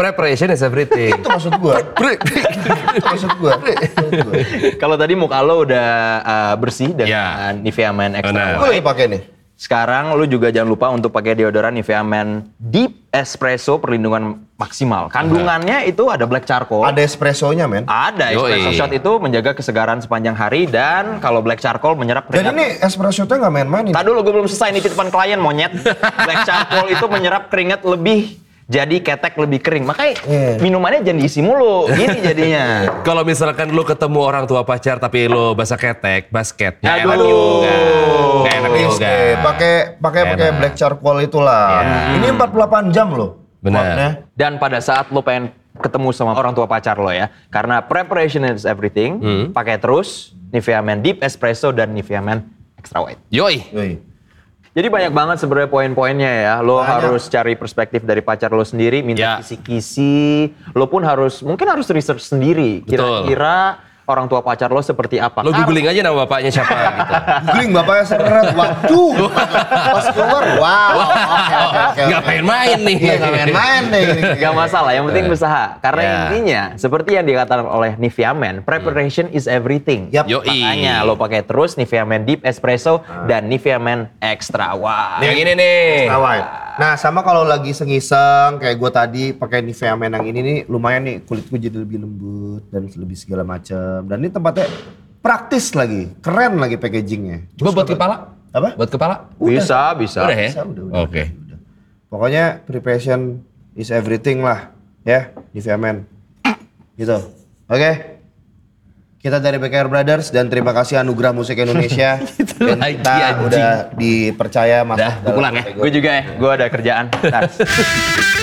Speaker 2: Preparation is everything.
Speaker 3: Itu maksud gua. Itu maksud gua. Maksud gua.
Speaker 1: Kalau tadi muka lo udah uh, bersih dengan
Speaker 2: Iya.
Speaker 1: Nivea Men Extra
Speaker 2: Benar.
Speaker 3: Gua lagi pakai nih.
Speaker 1: Sekarang lu juga jangan lupa untuk pakai deodoran Nivea Men Deep Espresso perlindungan maksimal. Kandungannya itu ada black
Speaker 2: Oh.
Speaker 1: charcoal.
Speaker 3: Ada espressonya, men.
Speaker 2: Ah,
Speaker 1: Ada
Speaker 2: Yoi.
Speaker 1: espresso shot itu menjaga kesegaran sepanjang hari dan kalau black charcoal menyerap
Speaker 3: Dan
Speaker 1: keringat.
Speaker 3: ini espressonya nggak main-main ini.
Speaker 1: Tadi dulu gue belum selesai nih titipan klien monyet. Black charcoal itu menyerap keringat lebih jadi ketek lebih kering. Makanya
Speaker 3: Iya.
Speaker 1: minumannya jangan diisi mulu, gini jadinya.
Speaker 2: Kalau misalkan lu ketemu orang tua pacar tapi lu bahasa ketek, basket, nggak enak
Speaker 1: Aduh.
Speaker 2: juga. Nggak enak
Speaker 3: Please,
Speaker 2: juga.
Speaker 3: eh, pakai pakai pakai
Speaker 2: Enak. Iya.
Speaker 3: black charcoal itulah. Ini 48 jam loh.
Speaker 2: Benar.
Speaker 3: kuatnya.
Speaker 1: Dan pada saat lo pengen ketemu sama orang tua pacar lo ya, karena preparation is everything, pakai terus Nivea Men Deep Espresso dan Nivea Men Extra White.
Speaker 2: Yoi.
Speaker 3: Yoi.
Speaker 1: Jadi banyak banget sebenarnya poin-poinnya ya. Lo
Speaker 3: Banyak.
Speaker 1: harus cari perspektif dari pacar lo sendiri,
Speaker 2: Ya.
Speaker 1: minta kisi-kisi. Lo pun harus mungkin harus research sendiri.
Speaker 2: Betul.
Speaker 1: Kira-kira orang tua pacar lo seperti apa?
Speaker 2: Lu googling aja nama bapaknya siapa gitu.
Speaker 3: Googling bapaknya seret, waduh. Pas keluar, wow. Oke, oke, oke,
Speaker 2: Nggak
Speaker 3: oke.
Speaker 2: main-main nih.
Speaker 3: Iya, nggak main-main nih.
Speaker 1: Gak
Speaker 2: Iya.
Speaker 1: masalah, yang penting usaha. Karena
Speaker 2: Ya.
Speaker 1: intinya, seperti yang dikatakan oleh Nivea Men, preparation is everything.
Speaker 3: Yap.
Speaker 2: Hmm. Yoi.
Speaker 1: Makanya lo pakai terus Nivea Men Deep Espresso dan Nivea Men Extra. Wah.
Speaker 2: Yang ini nih.
Speaker 3: Nah, Wai. Nah, sama kalau lagi iseng-iseng kayak gue tadi pakai Nivea Men yang ini nih lumayan nih kulit gue jadi lebih lembut dan lebih segala macam. Dan ini tempatnya praktis lagi, keren lagi packagingnya.
Speaker 2: Coba buat kepala.
Speaker 3: Apa?
Speaker 2: Buat kepala.
Speaker 1: Bisa, bisa.
Speaker 2: Udah ya?
Speaker 3: Bisa, udah, udah,
Speaker 2: Oke.
Speaker 3: udah. Pokoknya preparation is everything lah, ya Nivea Men. Gitu. Oke. Kita dari BKR Brothers dan terima kasih Anugerah Musik Indonesia. dan
Speaker 2: Gitu lagi,
Speaker 3: kita
Speaker 2: anjing.
Speaker 3: udah dipercaya masuk.
Speaker 2: Dah, gua
Speaker 3: dalam
Speaker 2: pulang ya.
Speaker 3: kategori.
Speaker 1: Gue juga ya, gue ada kerjaan. Ntar.